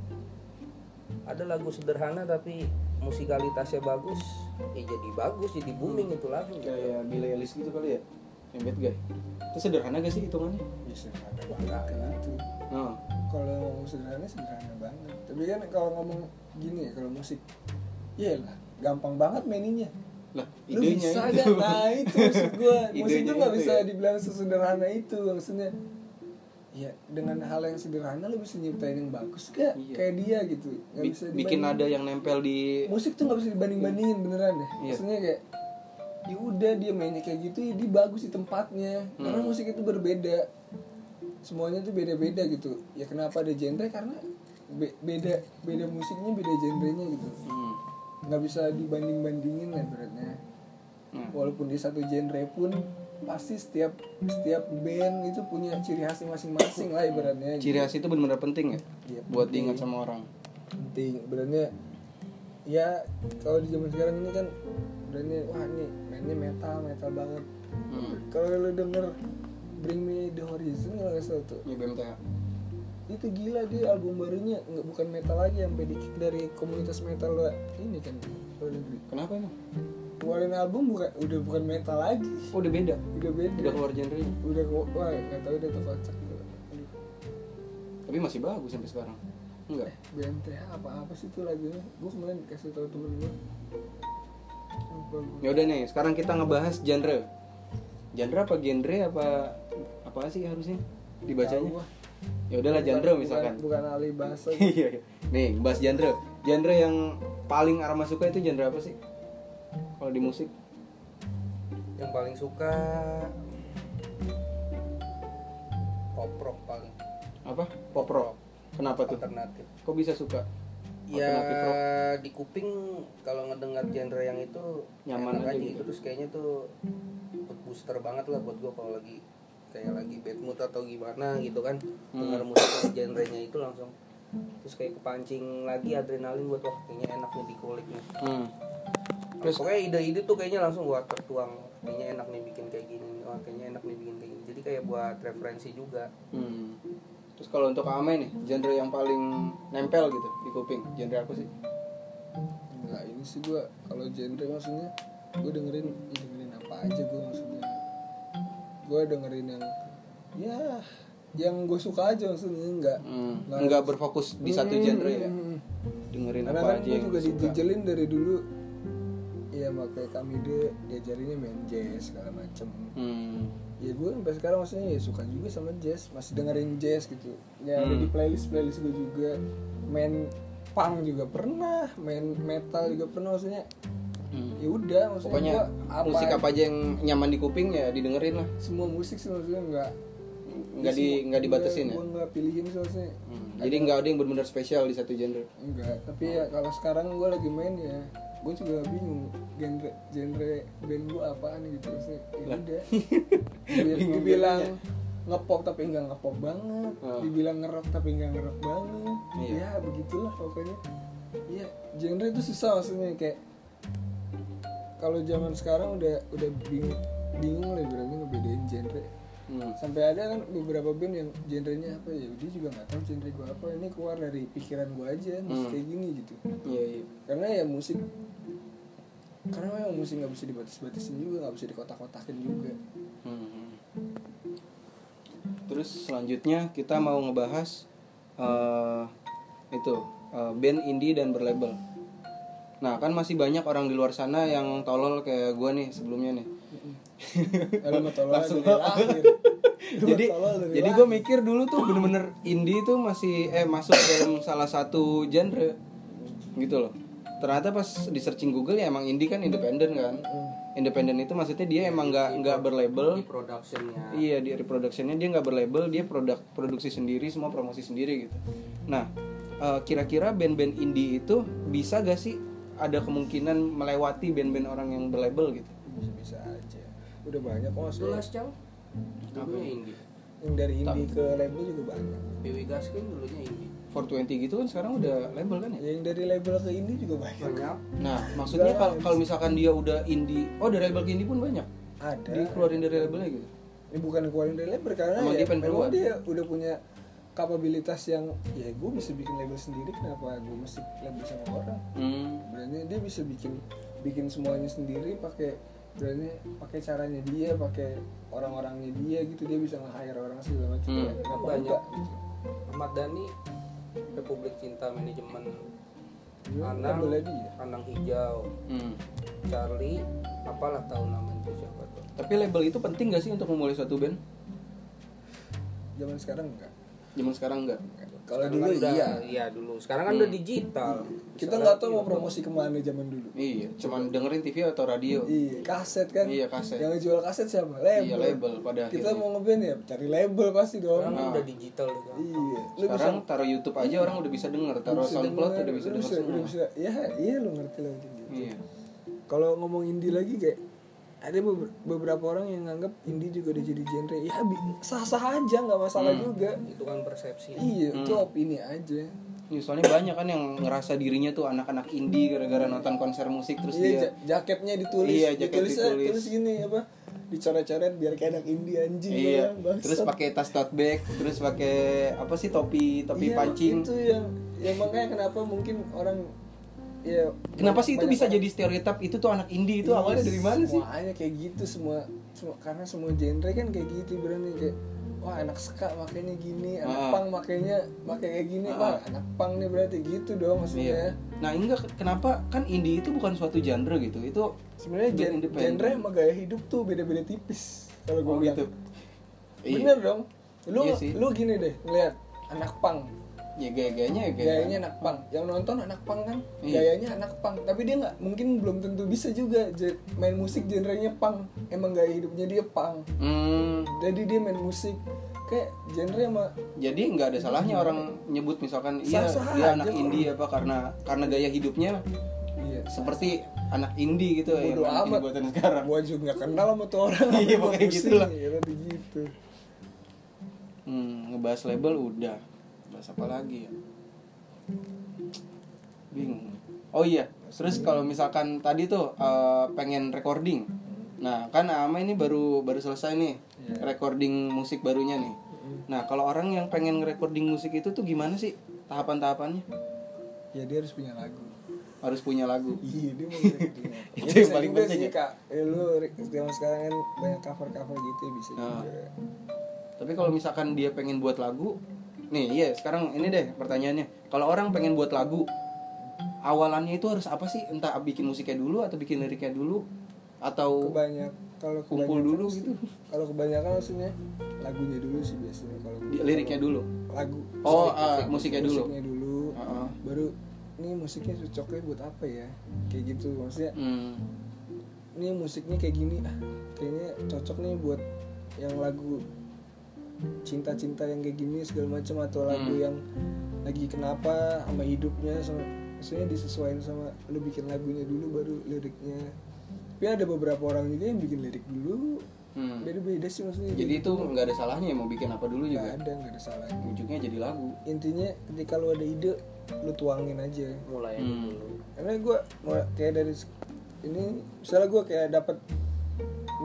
S2: ada lagu sederhana tapi musikalitasnya bagus ya jadi bagus jadi booming itu lagu
S3: Iya,
S2: gitu.
S1: Kayak Billie Eilish gitu kali ya. Yang bad guy. Itu sederhana gak sih hitungannya?
S3: ya sederhana banget kan itu
S1: Heeh.
S3: kalau ngomong sederhana sederhana banget tapi kan kalau ngomong gini ya kalau musik iyalah gampang banget maininnya
S1: Lah,
S3: lu
S1: idenya
S3: bisa
S1: itu.
S3: kan nah itu maksud gue musik
S1: Idenya
S3: tuh nggak
S1: itu
S3: bisa
S1: ya.
S3: dibilang sesederhana itu maksudnya ya dengan hal yang sederhana lu bisa nyiptain yang bagus gak
S1: Iya.
S3: kayak dia gitu Nggak
S1: Bi-
S3: bisa
S1: bikin
S3: dibandingin.
S1: nada yang nempel di
S3: musik tuh nggak bisa dibanding bandingin beneran deh
S1: Iya.
S3: maksudnya kayak ya udah dia mainnya kayak gitu ya dia bagus di tempatnya
S1: Hmm.
S3: karena musik itu berbeda semuanya tuh beda beda gitu ya kenapa ada genre karena be- beda beda musiknya beda genrenya gitu
S1: Hmm.
S3: nggak bisa dibanding bandingin lah beratnya
S1: Hmm.
S3: walaupun di satu genre pun pasti setiap setiap band itu punya ciri khas masing-masing lah ibaratnya
S1: Ciri khas itu benar-benar penting ya.
S3: Iya,
S1: buat diingat sama orang.
S3: penting sebenarnya ya kalau di zaman sekarang ini kan sebenarnya wah nih mainnya metal metal banget
S1: Hmm.
S3: kalau lo denger Bring Me The Horizon kalau nggak salah tuh
S1: Ini BMTH.
S3: itu gila dia album barunya nggak bukan metal lagi sampai di kick dari komunitas metal lo ini kan luar negeri
S1: Kenapa emang?
S3: keluarin album bukan udah bukan metal lagi
S1: Oh, udah beda.
S3: udah beda
S1: Udah keluar genrenya.
S3: udah ke- wah nggak tahu udah terkocak gitu Aduh,
S1: Tapi masih bagus sampai sekarang. Enggak.
S3: BMTH apa apa sih itu lagunya gue kemarin kasih tahu temen gue lupa gue
S1: Ya udah nih, sekarang kita ngebahas genre. Genre apa genre apa apa sih harusnya dibacanya?
S3: Tahu gua.
S1: Ya udahlah genre
S3: Bukan-
S1: misalkan.
S3: bukan ahli bahasa
S1: Iya. iya. nih, bahas genre. Genre yang paling Arma suka itu genre apa sih? Kalau di musik?
S2: yang paling suka pop rock paling
S1: Apa? Pop rock. Kenapa tuh?
S2: alternatif
S1: Kok bisa suka?
S2: ya
S1: Alternatif rock.
S2: di kuping kalau ngedengar genre yang itu
S1: Nyaman aja
S2: enak aja
S1: gitu.
S2: gitu. terus kayaknya tuh mood booster banget lah buat gua kalau lagi kayak lagi bad mood atau gimana gitu kan
S1: Hmm.
S2: dengar musik yang genrenya itu langsung terus kayak kepancing lagi adrenalin buat wah kayaknya enak nih dikulik nih
S1: Hmm.
S2: terus pokoknya ide-ide tuh kayaknya langsung gua tertuang kayaknya enak nih bikin kayak gini nih, wah kayaknya enak nih bikin kayak gini jadi kayak buat referensi juga
S1: Hmm. Terus kalau untuk Ame nih, genre yang paling nempel gitu di kuping, genre apa sih?
S3: nggak ini sih gue kalau genre maksudnya gue dengerin ya dengerin apa aja gue maksudnya gue dengerin yang ya yang gue suka aja maksudnya nggak
S1: Hmm.
S3: Nah,
S1: Enggak berfokus di satu
S3: Hmm,
S1: genre ya.
S3: hmm.
S1: Dengerin
S3: karena
S1: apa
S3: kan
S1: aja
S3: gue
S1: yang
S3: juga
S1: suka.
S3: dijejelin dari dulu ya makanya kami dia diajarinnya main jazz segala macem
S1: Hmm.
S3: ya gue sampai sekarang maksudnya ya suka juga sama jazz masih dengerin jazz gitu ya ada
S1: Hmm.
S3: di playlist playlist gue juga main punk juga pernah main metal juga pernah maksudnya
S1: Hmm.
S3: ya udah maksudnya
S1: Pokoknya
S3: gua apa, ya?
S1: musik apa aja yang nyaman di kuping ya didengerin lah.
S3: semua musik sih maksudnya nggak
S1: Nggak di nggak dibatasin ya.
S3: gue nggak pilihin sih maksudnya
S1: Hmm. Jadi nggak ada yang benar-benar spesial di satu genre.
S3: enggak tapi ya kalau sekarang gue lagi main ya gue juga bingung genre genre band gue apaan gitu maksudnya ya udah Dibil-
S1: Bingung
S3: dibilang
S1: jadinya.
S3: ngepop tapi enggak ngepop banget
S1: Oh.
S3: dibilang ngerok tapi enggak ngerok banget
S1: Iya.
S3: ya begitulah pokoknya ya genre itu susah maksudnya kayak kalau zaman sekarang udah udah bingung bingung lah berarti ngebedain genre
S1: Hmm.
S3: sampai ada kan beberapa band yang genrenya apa ya dia juga nggak tahu genre gue apa ini keluar dari pikiran gue aja musik
S1: Hmm.
S3: kayak gini gitu
S1: Iya, iya.
S3: karena ya musik karena memang musik nggak bisa dibatas-batasin juga nggak bisa dikotak-kotakin juga
S1: Hmm. Terus selanjutnya kita mau ngebahas eh, itu eh, band indie dan berlabel. Nah kan masih banyak orang di luar sana yang tolol kayak gua nih sebelumnya nih.
S3: Eh, lu mah tolol
S1: Langsung
S3: dari lahir Lu mah
S1: jadi
S3: tolol dari
S1: jadi
S3: lahir.
S1: gue mikir dulu tuh bener-bener indie tuh masih eh masuk dalam salah satu genre gitu loh ternyata pas di searching Google ya emang indie kan independen kan independen itu maksudnya dia emang nggak nggak berlabel
S2: di productionnya
S1: Iya di reproductionnya dia nggak berlabel, dia produk produksi sendiri, semua promosi sendiri gitu. Nah, eh, kira-kira band-band indie itu bisa gak sih ada kemungkinan melewati band-band orang yang berlabel gitu?
S3: bisa-bisa aja udah banyak oh
S2: Dulu
S1: Iya.
S3: saya
S2: Cal Dulunya indie
S3: yang dari indie ke label juga banyak
S2: Dewi Gaskin dulunya indie
S1: 420 gitu kan sekarang udah label kan ya
S3: yang dari label ke indie juga banyak
S2: Banyak
S1: nah maksudnya
S3: Udah,
S1: kalau kalau misalkan dia udah indie oh dari label ke indie pun banyak
S3: ada
S1: dikeluarin dari labelnya gitu
S3: ini bukan keluarin dari label karena
S1: Emang
S3: ya,
S1: dia pengen
S3: memang
S1: keluar.
S3: dia udah punya kapabilitas yang ya gue bisa bikin label sendiri kenapa gue mesti label sama orang
S1: hmm.
S3: berarti dia bisa bikin bikin semuanya sendiri pakai berarti pakai caranya dia pakai orang-orangnya dia gitu dia bisa nge-hire orang segala macam
S1: Hmm.
S3: kenapa
S2: Banyak.
S3: enggak gitu
S2: Ahmad Dhani Republik Cinta Manajemen
S3: Dia
S2: Anang
S3: labelnya dia
S2: Anang Hijau
S1: Hmm.
S2: Charlie apalah tahu namanya itu siapa tuh
S1: tapi label itu penting gak sih untuk memulai suatu band
S3: zaman sekarang enggak
S1: zaman sekarang enggak
S3: kalau
S2: Sekarang
S3: dulu
S2: kan udah-
S3: iya Hmm.
S2: iya dulu sekarang kan udah digital
S3: kita nggak tahu mau promosi kemana zaman dulu
S1: iya cuman dengerin TV atau radio
S3: Iya, kaset kan.
S1: Iya, kaset.
S3: Yang jual kaset siapa? Label.
S1: Iya, label Iya, pada
S3: Kita
S1: akhirnya.
S3: mau ngeband ya cari label pasti dong.
S2: sekarang kan udah digital juga
S3: Iya. Lu bisa
S1: sekarang taruh YouTube aja orang udah bisa denger
S3: lu
S1: taruh
S3: bisa
S1: SoundCloud
S3: denger,
S1: udah bisa
S3: lu
S1: denger
S3: udah
S1: semua
S3: bisa. Ya, iya lu ngerti lah gitu.
S1: iya
S3: Kalau ngomong indie lagi kayak ada beber- beberapa orang yang nganggap indie juga udah jadi genre. Ya bi- sah-sah aja nggak masalah
S1: Hmm.
S3: juga.
S2: itu kan persepsi
S3: Iya, itu opini aja.
S1: Iya, soalnya banyak kan yang ngerasa dirinya tuh anak-anak indie gara-gara nonton konser musik terus
S3: iya,
S1: dia
S3: ja- jaketnya ditulis,
S1: Iya, jaket
S3: eh,
S1: ditulis.
S3: tulis gini apa? Dicoret-coret biar kayak anak indie anjing.
S1: Iya,
S3: ya, bangsat.
S1: terus pakai tas tote bag, terus pakai apa sih topi topi
S3: Iya,
S1: pancing.
S3: itu yang ya makanya kenapa mungkin orang ya
S1: Kenapa sih itu
S3: banyak
S1: bisa
S3: orang-
S1: jadi stereotip itu tuh anak indie itu
S3: Iya,
S1: awalnya dari mana sih?
S3: semuanya kayak gitu semua, semua karena semua genre kan kayak gitu berani kayak wah anak ska makanya gini anak
S1: Ah.
S3: pang makanya makanya kayak gini
S1: Ah.
S3: wah anak pang nih berarti gitu dong maksudnya
S1: Iya. Nah, enggak kenapa kan indie itu bukan suatu genre gitu. Itu
S3: sebenarnya
S1: Band
S3: gen-
S1: independen.
S3: genre sama gaya hidup tuh beda-beda tipis kalau gue
S1: oh
S3: bilang
S1: gitu. Iya.
S3: bener dong lu
S1: Iya sih.
S3: lu gini deh lihat anak pang
S1: Ya gaya-gayanya ya gaya.
S3: gayanya anak pang yang nonton anak pang kan
S1: Iya.
S3: gayanya anak pang tapi dia nggak mungkin belum tentu bisa juga je- main musik genrenya pang emang gaya hidupnya dia pang
S1: Hmm,
S3: jadi dia main musik kayak genre sama
S1: jadi nggak ada salahnya orang nyebut misalkan iya
S3: Hmm. Sah-sah
S1: dia
S3: aja
S1: anak
S3: kok.
S1: indie apa karena karena gaya hidupnya
S3: iya
S1: seperti anak indie gitu ya yang
S3: bodo
S1: anak
S3: amat
S1: indie buatan sekarang.
S3: gua juga nggak kenal sama tuh orang
S1: Iya,
S3: Gua
S1: pokoknya
S3: pusing.
S1: gitu lah.
S3: Iya, tadi gitu
S1: Hmm, ngebahas label udah. Bahas apa lagi ya? Bingung. Oh iya, terus kalau misalkan tadi tuh eh, pengen recording. Nah, kan Ama ini baru baru selesai nih recording musik barunya nih. Nah, kalau orang yang pengen recording musik itu tuh gimana sih tahapan-tahapannya?
S3: ya dia harus punya lagu
S1: Harus punya lagu.
S3: iya dia mau ngerti
S1: Itu
S3: Ya,
S1: yang
S3: bisa
S1: paling
S3: juga
S1: penting
S3: sih
S1: ya?
S3: kak ya, lu Rick, zaman sekarang kan banyak cover cover gitu ya, bisa
S1: Ah.
S3: juga
S1: Tapi kalau misalkan dia pengen buat lagu, nih iya sekarang ini deh pertanyaannya. Kalau orang pengen buat lagu, awalannya itu harus apa sih? Entah bikin musiknya dulu atau bikin liriknya dulu atau
S3: kebanyak kalau
S1: kumpul
S3: kebanyakan
S1: dulu
S3: sih-
S1: gitu.
S3: kalau kebanyakan maksudnya lagunya dulu sih biasanya kalau
S1: Di- Liriknya dulu.
S3: lagu
S1: Oh,
S3: musik-
S1: ah, musiknya dulu. Ah,
S3: musiknya dulu
S1: Heeh.
S3: baru ini musiknya cocoknya buat apa ya kayak gitu maksudnya
S1: Hmm.
S3: ini musiknya kayak gini ah kayaknya cocok nih buat yang lagu cinta-cinta yang kayak gini segala macam atau lagu
S1: Hmm.
S3: yang lagi kenapa sama hidupnya sama maksudnya disesuaikan sama lu bikin lagunya dulu baru liriknya tapi ada beberapa orang juga yang bikin lirik dulu
S1: Hmm.
S3: beda-beda sih maksudnya
S1: Jadi itu nggak ada salahnya mau bikin apa dulu
S3: nggak
S1: juga.
S3: ada nggak ada salahnya
S1: Ujungnya jadi lagu.
S3: intinya ketika lu ada ide lu tuangin aja
S2: mulai
S1: Hmm.
S2: dulu
S3: karena gue kayak dari s- ini misalnya gue kayak dapat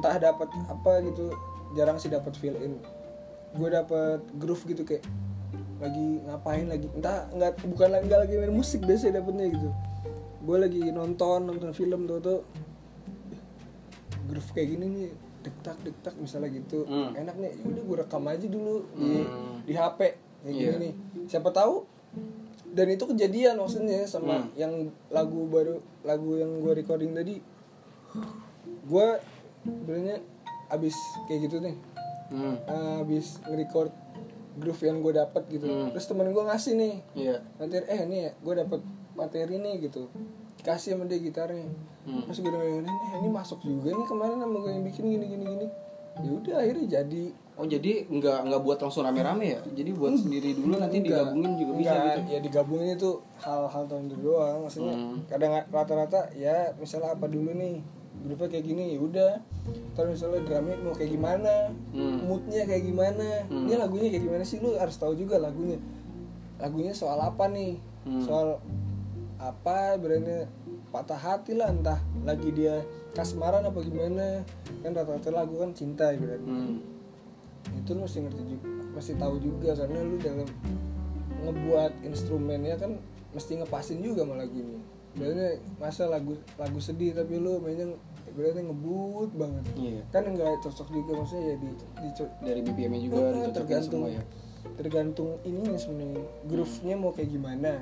S3: entah dapat apa gitu jarang sih dapat feel in gue dapat groove gitu kayak lagi ngapain lagi entah nggak bukan lagi nggak lagi main musik biasanya dapetnya gitu gue lagi nonton nonton film tuh tuh groove kayak gini nih dek tak dek tak misalnya gitu
S1: Hmm.
S3: enak nih ya udah gue rekam aja dulu di
S1: Hmm.
S3: di HP kayak gini
S1: Iya.
S3: nih siapa tahu dan itu kejadian maksudnya sama
S1: Hmm.
S3: yang lagu baru lagu yang gue recording tadi gue sebenarnya abis kayak gitu nih
S1: Hmm.
S3: abis nge-record groove yang gue dapat gitu
S1: Hmm.
S3: terus temen gue ngasih nih
S1: Iya.
S3: materi eh ini ya gue dapat materi nih gitu kasih sama dia gitarnya
S1: Hmm.
S3: terus gue dengerin eh ini masuk juga nih kemarin sama gue yang bikin gini gini gini ya udah akhirnya jadi
S1: Oh jadi nggak nggak buat langsung rame-rame ya? Jadi buat sendiri dulu nanti
S3: Enggak,
S1: digabungin juga bisa
S3: enggak.
S1: gitu.
S3: ya digabungin itu hal-hal tertentu doang maksudnya
S1: Hmm.
S3: kadang rata-rata ya misalnya apa dulu nih groove kayak gini ya udah terus misalnya drumnya mau kayak gimana
S1: Hmm.
S3: moodnya kayak gimana
S1: Hmm.
S3: ini lagunya kayak gimana sih lu harus tahu juga lagunya lagunya soal apa nih
S1: Hmm.
S3: soal apa brandnya patah hati lah entah lagi dia kasmaran apa gimana kan rata-rata lagu kan cinta ibaratnya
S1: Hmm.
S3: itu lu mesti ngerti juga mesti tahu juga karena lu dalam ngebuat instrumennya kan mesti ngepasin juga sama lagunya Ibaratnya masa lagu lagu sedih tapi lu mainnya ibaratnya ngebut banget
S1: Iya.
S3: kan enggak cocok juga maksudnya ya di, di-
S1: Dari BPM-nya juga
S3: Eh,
S1: dicocokin
S3: tergantung
S1: semua ya.
S3: tergantung ininya sebenarnya groove-nya mau kayak gimana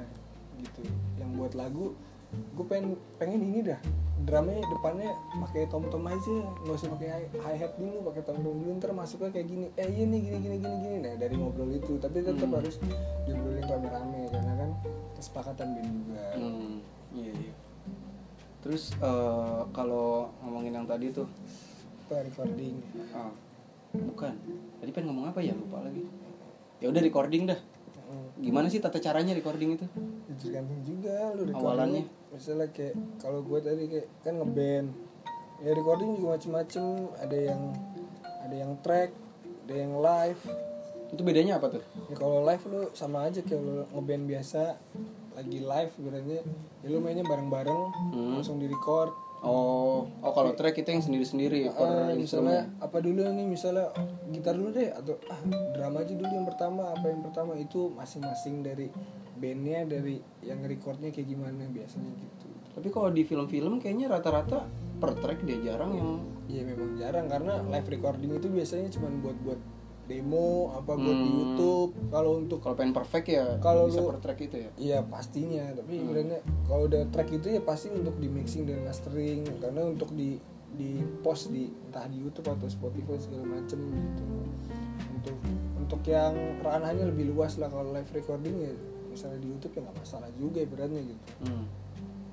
S3: gitu yang buat lagu gue pengen pengen ini dah drumnya depannya pakai tom tom aja nggak usah pakai hi hat dulu pakai tom tom dulu ntar masuknya kayak gini eh iya nih gini gini gini gini nah dari ngobrol itu tapi tetap
S1: Hmm.
S3: harus diobrolin rame rame karena kan kesepakatan band juga
S1: Hmm, iya, iya. Terus eh, kalau ngomongin yang tadi tuh,
S3: apa recording
S1: ah, bukan. Tadi pengen ngomong apa ya? Lupa lagi. Ya udah recording dah.
S3: Mm.
S1: Gimana sih tata caranya recording itu?
S3: Ya, tergantung juga lu recording
S1: Awalannya?
S3: misalnya kayak kalau gue tadi kayak kan ngeband ya recording juga macem-macem ada yang ada yang track ada yang live
S1: Itu bedanya apa tuh?
S3: ya kalau live lu sama aja kayak lu ngeband biasa lagi live berarti ya lu mainnya bareng-bareng
S1: Hmm.
S3: langsung di record
S1: Oh, oh kalau track itu yang sendiri-sendiri ya? Eh,
S3: Eh.
S1: per
S3: Nah, misalnya
S1: instrumen.
S3: apa dulu nih misalnya gitar dulu deh atau ah drama aja dulu yang pertama apa yang pertama itu masing-masing dari bandnya dari yang recordnya kayak gimana biasanya gitu
S1: Tapi kalau di film-film kayaknya rata-rata per track dia jarang yang
S3: Iya memang jarang karena live recording itu biasanya cuma buat buat demo apa buat
S1: Hmm.
S3: di YouTube. Kalau untuk
S1: kalau pengen perfect ya
S3: Kalau
S1: bisa
S3: lu-
S1: per track itu ya.
S3: Iya pastinya,
S1: Hmm.
S3: tapi sebenarnya kalau udah track itu ya pasti untuk di mixing dan mastering karena untuk di di post di entah di YouTube atau Spotify segala macem gitu. Untuk untuk yang ranahnya lebih luas lah kalau live recording ya misalnya di YouTube ya nggak masalah juga ibaratnya gitu.
S1: Hmm.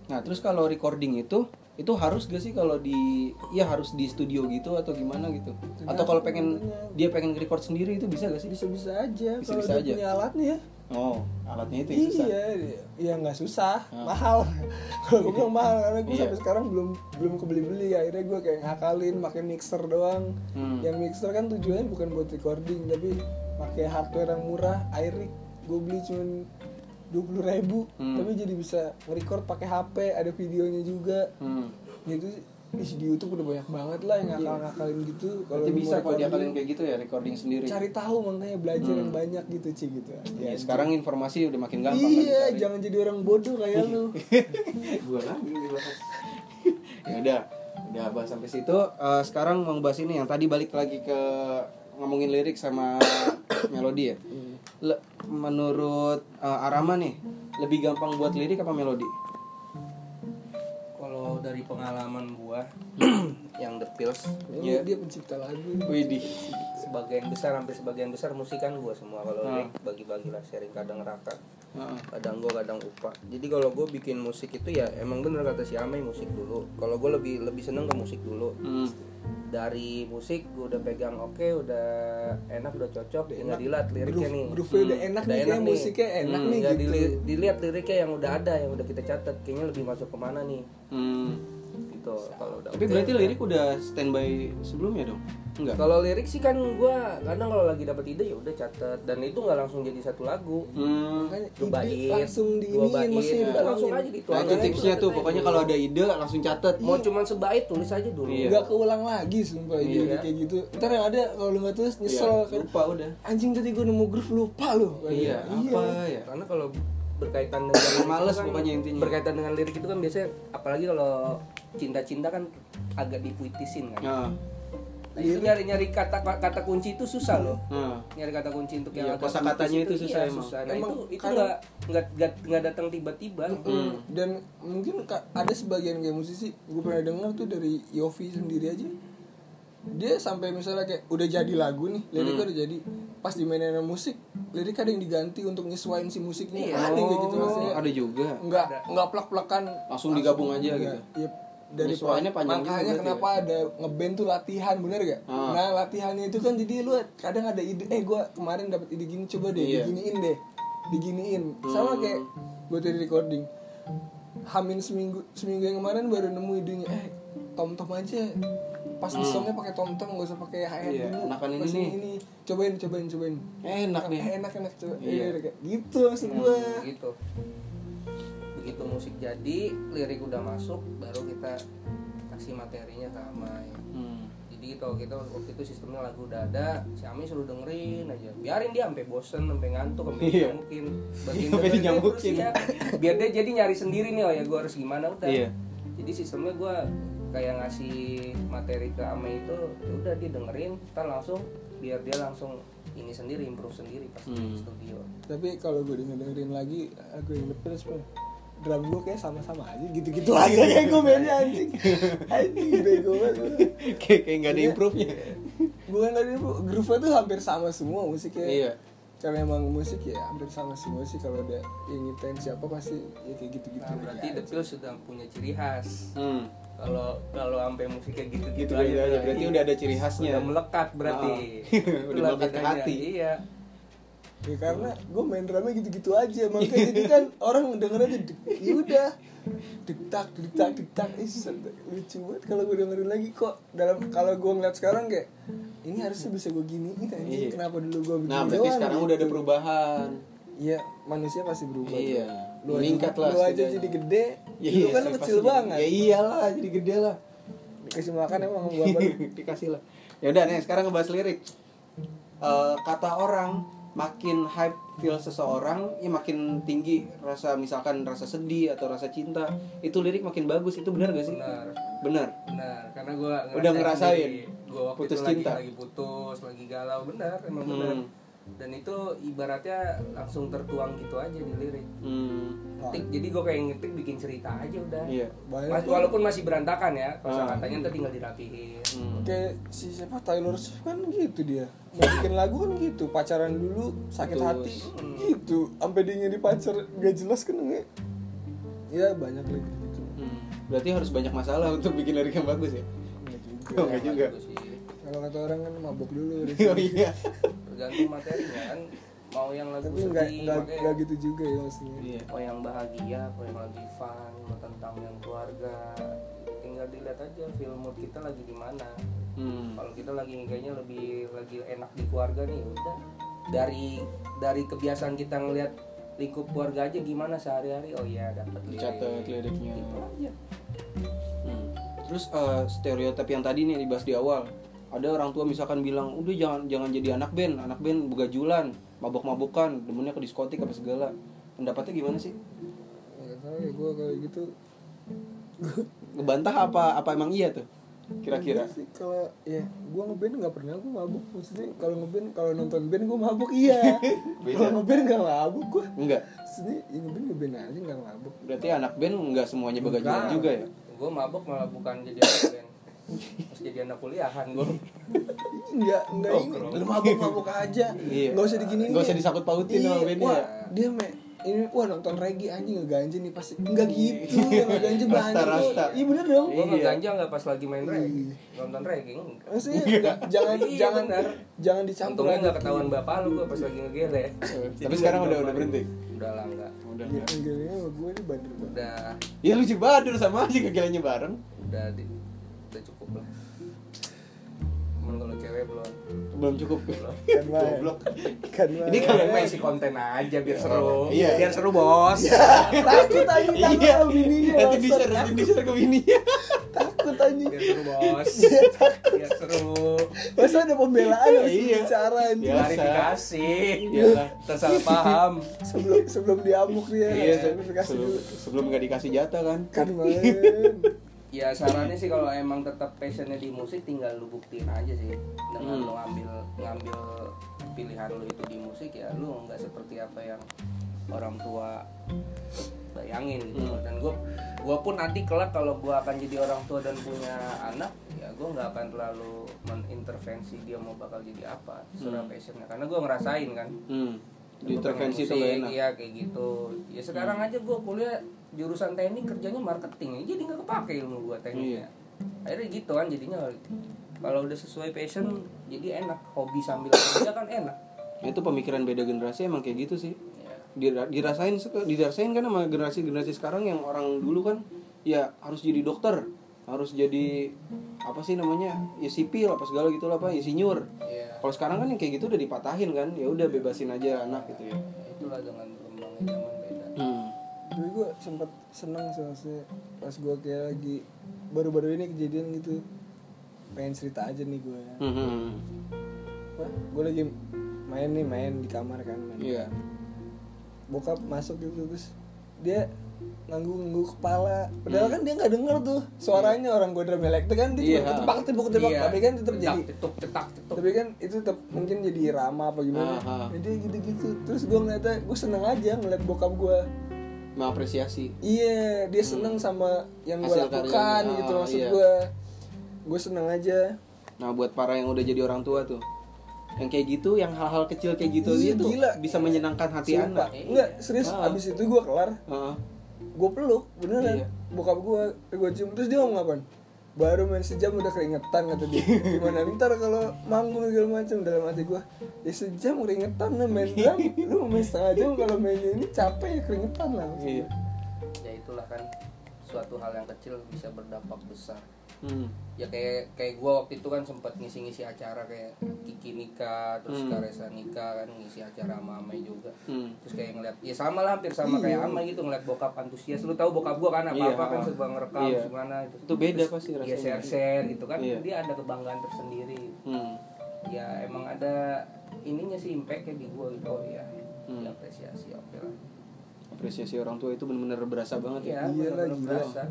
S1: Nah, terus kalau recording itu itu harus gak sih kalau di ya harus di studio gitu atau gimana gitu? Atau kalau pengen dia pengen record sendiri itu bisa gak sih?
S3: Bisa-bisa aja kalau
S1: Bisa-bisa
S3: udah
S1: aja.
S3: punya alatnya.
S1: Oh, alatnya itu yang susah. Ah.
S3: Iya, ya nggak susah, mahal. Kalau gue bilang mahal karena gue
S1: Iya.
S3: sampai sekarang belum belum kebeli-beli. Akhirnya gue kayak ngakalin pakai mixer doang.
S1: Hmm.
S3: Yang mixer kan tujuannya bukan buat recording, tapi pakai hardware yang murah. Akhirnya gue beli cuman dua ribu,
S1: Hmm.
S3: tapi jadi bisa record pakai HP, ada videonya juga.
S1: Hmm.
S3: Gitu di di YouTube udah banyak banget lah
S1: Iya.
S3: yang ngakal-ngakalin gitu. Kalau
S1: Berarti
S3: lu mau
S1: bisa kalau
S3: recording,
S1: diakalin kayak gitu ya recording sendiri.
S3: cari tahu makanya belajar
S1: Hmm.
S3: yang banyak gitu Ci gitu.
S1: Ya, sekarang informasi udah makin gampang kan
S3: iya,
S1: dicari.
S3: jangan jadi orang bodoh kayak
S1: Iya.
S3: lu.
S1: Gua lagi dibahas. ya udah, udah bahas sampai situ. Eh, sekarang mau bahas ini yang tadi balik lagi ke ngomongin lirik sama melodi ya. Le- menurut eh, Arama nih, lebih gampang buat lirik apa melodi?
S2: kalau dari pengalaman gua yang The Pills
S1: Iya.
S3: Iya. Dia pencipta lagu.
S1: Widih.
S2: sebagian besar hampir sebagian besar musikan gua semua kalau
S1: Hmm.
S2: lirik bagi-bagi lah sharing kadang raka
S1: Heeh.
S2: kadang gua kadang upa jadi kalau gua bikin musik itu ya emang bener kata si Amey musik dulu kalau gua lebih lebih seneng ke musik dulu
S1: Hmm.
S2: dari musik gua udah pegang oke udah enak udah cocok tinggal dilihat liriknya nih Hmm,
S3: Groove, groove udah enak
S2: Udah
S3: nih,
S2: enak
S3: kayak
S2: nih.
S3: musiknya enak nih
S2: Tinggal
S3: gitu.
S2: dili- dilihat liriknya yang udah ada yang udah kita catat kayaknya lebih masuk kemana nih
S1: Hmm.
S2: gitu kalau udah
S1: Tapi
S2: oke,
S1: berarti lirik udah standby sebelumnya dong? Enggak.
S2: Kalau lirik sih kan gua kadang kalau lagi dapat ide ya udah catet dan itu nggak langsung jadi satu lagu.
S1: Hmm.
S3: Makanya
S2: Lu
S3: ide
S2: bait,
S3: langsung
S2: gua
S3: diiniin
S2: bait,
S3: mesin
S1: Iya.
S2: udah langsung aja gitu.
S1: Nah, itu tipsnya tuh, pokoknya kalau ada ide langsung catet.
S2: Mau cuman sebait tulis aja dulu.
S1: Iya.
S3: Gak keulang lagi sumpah ide
S2: Iya.
S3: kayak gitu. Ntar yang ada kalau lu nggak tulis nyesel
S1: Iya,
S3: kan.
S1: lupa udah.
S3: Anjing tadi gue nemu groove lupa lu. Hmm.
S1: Iya, apa ya?
S2: Karena kalau berkaitan dengan lirik itu
S1: Males
S2: kan-
S1: pokoknya intinya.
S2: Berkaitan dengan lirik itu kan biasanya apalagi kalau cinta-cinta kan agak dipuitisin kan.
S1: Nah,
S2: Nah, itu nyari-nyari kata kata kunci itu susah loh.
S1: nah.
S2: Nyari kata kunci untuk
S1: Iya,
S2: yang agak
S1: kosakatanya
S2: puitis
S1: itu susah
S2: iya,
S1: emang.
S2: susah. Nah,
S3: Emang
S2: itu itu
S3: kadang-
S2: nggak nggak nggak- nggak datang tiba-tiba.
S3: Dan mungkin ka- ada sebagian kayak musisi gue pernah dengar tuh dari Yofi sendiri aja. Dia sampai misalnya kayak udah jadi lagu nih, liriknya udah jadi. Pas dimainin sama musik, lirik ada yang diganti untuk nyesuaiin si musiknya. Ada yang kayak gitu maksudnya.
S1: Iya. Oh. ada juga.
S3: nggak nggak plak-plakan
S1: Langsung digabung aja gitu.
S3: Iya. dari
S1: Penyesuaiannya panjang juga
S3: makanya
S1: berarti ya?
S3: kenapa ada ngeband tuh latihan bener gak?
S1: Ah.
S3: Nah latihannya itu kan jadi lu kadang ada ide eh gue kemarin dapat ide gini coba deh
S1: Iya. Hmm.
S3: diginiin deh diginiin sama kayak gue tadi recording Hamin seminggu seminggu yang kemarin baru nemu idenya eh tom tom aja pas di songnya pakai tom tom gak usah pakai HN
S1: Hmm. Iya,
S3: dulu
S1: enakan ini
S3: Pas
S1: nih.
S3: ini cobain cobain cobain
S1: enak nih
S3: Eh, enak enak coba
S1: Iya. Hmm.
S3: Iya, kayak gitu maksud gua
S2: gitu begitu musik jadi lirik udah masuk baru kita kasih materinya ke Amai
S1: hmm.
S2: jadi kalau kita waktu itu sistemnya lagu udah ada si Ami suruh dengerin aja biarin dia sampai bosen sampai ngantuk sampai
S1: Iya.
S2: mungkin
S1: Sampai dinyamukin.
S2: ya. biar dia jadi nyari sendiri nih oh ya gue harus gimana udah
S1: Iya.
S2: jadi sistemnya gue kayak ngasih materi ke Ami itu ya udah dia dengerin kita langsung biar dia langsung ini sendiri improve sendiri pas di
S1: Hmm.
S2: studio
S3: tapi kalau gue denger dengerin lagi uh, aku yang lebih apa drum gue kayak sama-sama aja gitu-gitu aja kayak gue mainnya anjing anjing bego banget
S1: kayak kayak nggak ada
S3: Iya.
S1: improve nya
S3: bukan tadi bu groove tuh hampir sama semua musiknya
S1: Iya.
S3: karena emang musik ya hampir sama semua sih kalau ada yang nyetain siapa pasti ya kayak gitu-gitu
S2: nah berarti The Pills sudah punya ciri khas
S1: hmm.
S2: kalau kalau sampai musiknya
S1: gitu
S2: gitu-gitu aja
S1: aja berarti udah ada ciri khasnya
S2: udah melekat berarti
S1: Ah. Udah
S2: Itulah
S1: melekat ke
S2: bedanya.
S1: hati.
S2: iya
S3: ya karena gue main drumnya gitu-gitu aja makanya jadi kan orang dengernya tuh dek- ya udah dik tak dik tak dik tak Ih, set- lucu banget kalau gue dengerin lagi kok dalam kalau gue ngeliat sekarang kayak ini harusnya bisa gue giniin anjing
S1: Iya.
S3: kenapa dulu gue begini
S1: nah berarti
S3: doang
S1: sekarang udah ada
S3: gitu.
S1: perubahan
S3: Iya, manusia pasti berubah.
S1: Iya,
S3: Lu aja-
S1: meningkat lah
S3: Lu aja
S1: setidaknya.
S3: jadi gede,
S1: Iya,
S3: lu kan
S1: sih,
S3: kecil
S1: pasti.
S3: banget.
S1: ya iyalah jadi gede lah
S3: Dikasih makan emang
S1: Iya,
S3: sama bapak. lu.
S1: dikasih lah ya udah nih sekarang ngebahas lirik Eh, kata orang makin hype feel seseorang ya makin tinggi rasa misalkan rasa sedih atau rasa cinta itu lirik makin bagus itu benar gak sih
S2: benar
S1: benar
S2: benar karena gue
S1: Udah ngerasain?
S2: gue waktu
S1: Putus
S2: itu lagi-
S1: cinta?
S2: lagi, putus lagi galau benar emang
S1: Hmm.
S2: benar dan itu ibaratnya langsung tertuang gitu aja di lirik
S1: hmm.
S2: Ngetik, jadi gue kayak ngetik bikin cerita aja udah
S1: iya
S3: Banyak
S2: Mas-
S3: tuh.
S2: walaupun masih berantakan ya kalau
S1: Ah.
S2: katanya ntar tinggal dirapihin
S1: Hmm.
S3: Kayak si siapa Taylor Swift kan gitu dia. Mau bikin lagu kan gitu, pacaran dulu sakit
S1: Putus.
S3: hati gitu. Sampai dia nyari pacar gak jelas kan enggak? Ya banyak lagi gitu.
S1: Hmm. berarti harus banyak masalah untuk bikin lirik yang bagus ya
S3: Enggak Iya juga.
S1: oh, enggak juga
S2: Gitu sih.
S3: Kalau kata orang kan mabok dulu. Riz.
S1: oh iya
S2: tergantung materinya kan mau yang lagu
S3: Tapi enggak
S2: sedih
S3: enggak
S2: pakai-
S3: enggak gitu juga ya maksudnya.
S1: iya
S2: mau yang bahagia, mau yang lagi fun, mau tentang yang keluarga. Tinggal dilihat aja feel mood kita lagi di mana.
S1: hmm.
S2: Kalau kita lagi kayaknya lebih lagi enak di keluarga nih, udah dari dari kebiasaan kita ngelihat lingkup keluarga aja gimana sehari-hari. Oh iya, dapat
S1: Dicatat liriknya.
S2: Gitu aja.
S1: Hmm. Terus eh, stereotip yang tadi nih dibahas di awal. Ada orang tua misalkan bilang, "Udah jangan jangan jadi anak band. Anak band begajulan, mabok-mabokan, demennya ke diskotik apa segala." Pendapatnya gimana sih?
S3: Enggak tahu ya gue kayak gitu
S1: Ngebantah apa apa emang iya tuh? Kira-kira.
S3: Enggak sih, kalau ya gue ngeband nggak pernah gue mabuk maksudnya kalau ngeband kalau nonton band gue mabuk iya kalau ngeband nggak mabuk gue
S1: Enggak.
S3: maksudnya ya ngeband ngeband aja nggak mabuk
S1: Berarti anak band enggak semuanya begajulan
S3: Enggak.
S1: juga ya?
S2: Gue mabok malah bukan jadi anak band. Terus jadi anak kuliahan gue.
S3: nggak nggak ini lu mabuk mabuk aja
S1: Oh, Iya.
S3: nggak usah diginiin
S1: Nggak usah
S3: ya.
S1: disangkut pautin sama
S3: Iya,
S1: bandnya
S3: wah,
S1: ya.
S3: dia me ini wah nonton reggae anjing ngeganja nih pasti nggak gitu yang ngeganja banyak
S1: Iya. Rasta, rasta.
S3: iya bener dong
S2: Gue ngeganja nggak pas lagi main reggae, nonton reggae. enggak.
S3: maksudnya nggak- jangan
S2: Iya,
S3: jangan
S2: bener.
S3: jangan dicampur
S2: Untungnya
S3: aja
S2: nggak ketahuan bapak lu gue pas lagi ngegele.
S1: Tapi sekarang udah udah berhenti.
S2: Udah lah enggak.
S1: Udah.
S3: Iya, ngeganya sama gue ini bandel banget
S2: Udah
S1: Ya lucu banget dulu sama aja kegilannya bareng.
S2: udah di- udah cukup lah. Cuman kalau cewek belum.
S1: Belum cukup.
S3: kan main
S1: Iya, Goblok.
S3: kan main
S2: Ini kalau emang isi konten aja biar seru.
S1: Iya.
S2: Biar seru, Bos.
S3: takut anjing takut
S1: Iya.
S3: sama bininya
S1: Nanti di
S3: bangsat.
S1: share, nanti di share ke bininya.
S3: takut anjing
S2: Biar seru, Bos. Biar seru.
S3: masa ada pembelaan harus
S1: Iya.
S3: bicara anjing
S1: Biasa. Iya.
S2: Klarifikasi.
S1: Iyalah.
S2: Tersalah paham.
S3: sebelum sebelum diamuk dia
S1: Iya,
S3: klarifikasi
S1: sebelum,
S3: dulu
S1: sebelum nggak dikasih jatah kan.
S3: kan main
S2: Ya sarannya sih kalau emang tetap passionnya di musik tinggal lu buktiin aja sih
S1: Hmm.
S2: dengan lu ngambil ngambil pilihan lu itu di musik ya lu nggak seperti apa yang orang tua bayangin gitu
S1: Hmm.
S2: dan gue gua pun nanti kelak kalau gua akan jadi orang tua dan punya anak ya gue nggak akan terlalu menintervensi dia mau bakal jadi apa surah passionnya karena gue ngerasain kan
S1: Hmm.
S2: Gua
S1: Diintervensi
S2: pengen
S1: itu gak
S2: musik,
S1: enak.
S2: Iya kayak gitu. Ya
S3: Hmm.
S2: sekarang aja gue kuliah jurusan teknik kerjanya marketing, jadi nggak kepake ilmu gue
S3: Iya.
S2: tekniknya. Akhirnya gitu kan jadinya kalau udah sesuai passion jadi enak hobi sambil kerja kan enak.
S1: Ya, Itu pemikiran beda generasi emang kayak gitu sih.
S2: Ya.
S1: Dira- Dirasain sek- dirasain kan sama generasi-generasi sekarang yang orang dulu kan ya harus jadi dokter, harus jadi apa sih namanya ya sipil apa segala gitu lah apa insinyur
S2: Iya.
S1: kalau sekarang kan yang kayak gitu udah dipatahin kan ya udah bebasin aja anak gitu ya
S2: itulah dengan berkembangnya zaman beda
S1: Hmm.
S3: Dulu gue sempat seneng soalnya pas gue kayak lagi baru-baru ini kejadian gitu pengen cerita aja nih gue
S1: Hmm.
S3: Wah, gue lagi main nih main di kamar kan main di
S1: Iya.
S3: kamar. bokap masuk gitu terus dia ngangguk-ngangguk kepala padahal kan dia nggak denger tuh suaranya orang gue drum elektrik kan dia
S1: Iya.
S3: cuma ketebak tebak ketebak
S2: Iya.
S3: tapi kan tetap
S2: Cetak,
S3: jadi
S2: cetuk cetak cetuk
S3: tapi kan itu tetap mungkin jadi irama apa gimana
S1: Aha.
S3: jadi gitu-gitu terus gue ngeliatnya gue seneng aja ngeliat bokap gue
S1: mengapresiasi
S3: iya dia seneng sama yang gue
S1: Hmm. Hasil
S3: lakukan
S1: karyanya.
S3: gitu
S1: Ah,
S3: maksud
S1: iya.
S3: gue gue seneng aja
S1: nah buat para yang udah jadi orang tua tuh yang kayak gitu yang hal-hal kecil kayak gitu
S3: Iya,
S1: itu
S3: gila.
S1: bisa menyenangkan hati
S3: Sumpah.
S1: anak
S3: Enggak, serius
S1: Ah.
S3: abis itu gue kelar
S1: Heeh.
S3: gue peluk beneran
S1: Iya.
S3: bokap gue gue cium terus dia ngomong apa baru main sejam udah keringetan kata dia gimana ntar kalau manggung segala macam dalam hati gue ya sejam keringetan lah main drum lu mau main setengah jam kalau mainnya ini capek ya keringetan lah
S1: iya
S2: ya itulah kan suatu hal yang kecil bisa berdampak besar
S1: Hmm.
S2: ya kayak kayak gue waktu itu kan sempat ngisi-ngisi acara kayak Kiki nikah terus
S1: Hmm.
S2: Karesa nikah kan ngisi acara sama Amai juga
S1: Hmm.
S2: terus kayak ngeliat ya sama lah hampir sama kayak Amai gitu ngeliat bokap antusias lu tahu bokap gue kan apa apa
S1: Iya.
S2: kan serba ngerekam
S1: Iya.
S2: gimana itu
S1: Itu beda pasti
S2: ya
S1: rasanya.
S2: share share gitu kan
S1: Iya.
S2: dia ada kebanggaan tersendiri
S1: Hmm.
S2: ya emang ada ininya sih impactnya di gue gitu oh ya
S1: Hmm.
S2: apresiasi oke lah
S1: apresiasi orang tua itu benar-benar berasa banget ya
S2: ya
S3: Iya lah,
S2: bener-bener
S3: gila.
S2: berasa.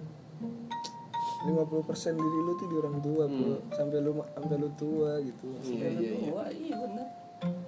S3: 50% diri lu tuh di orang tua bro. sampai lu sampai lu tua gitu
S1: Hmm. iya iya iya
S2: Wah, iya bener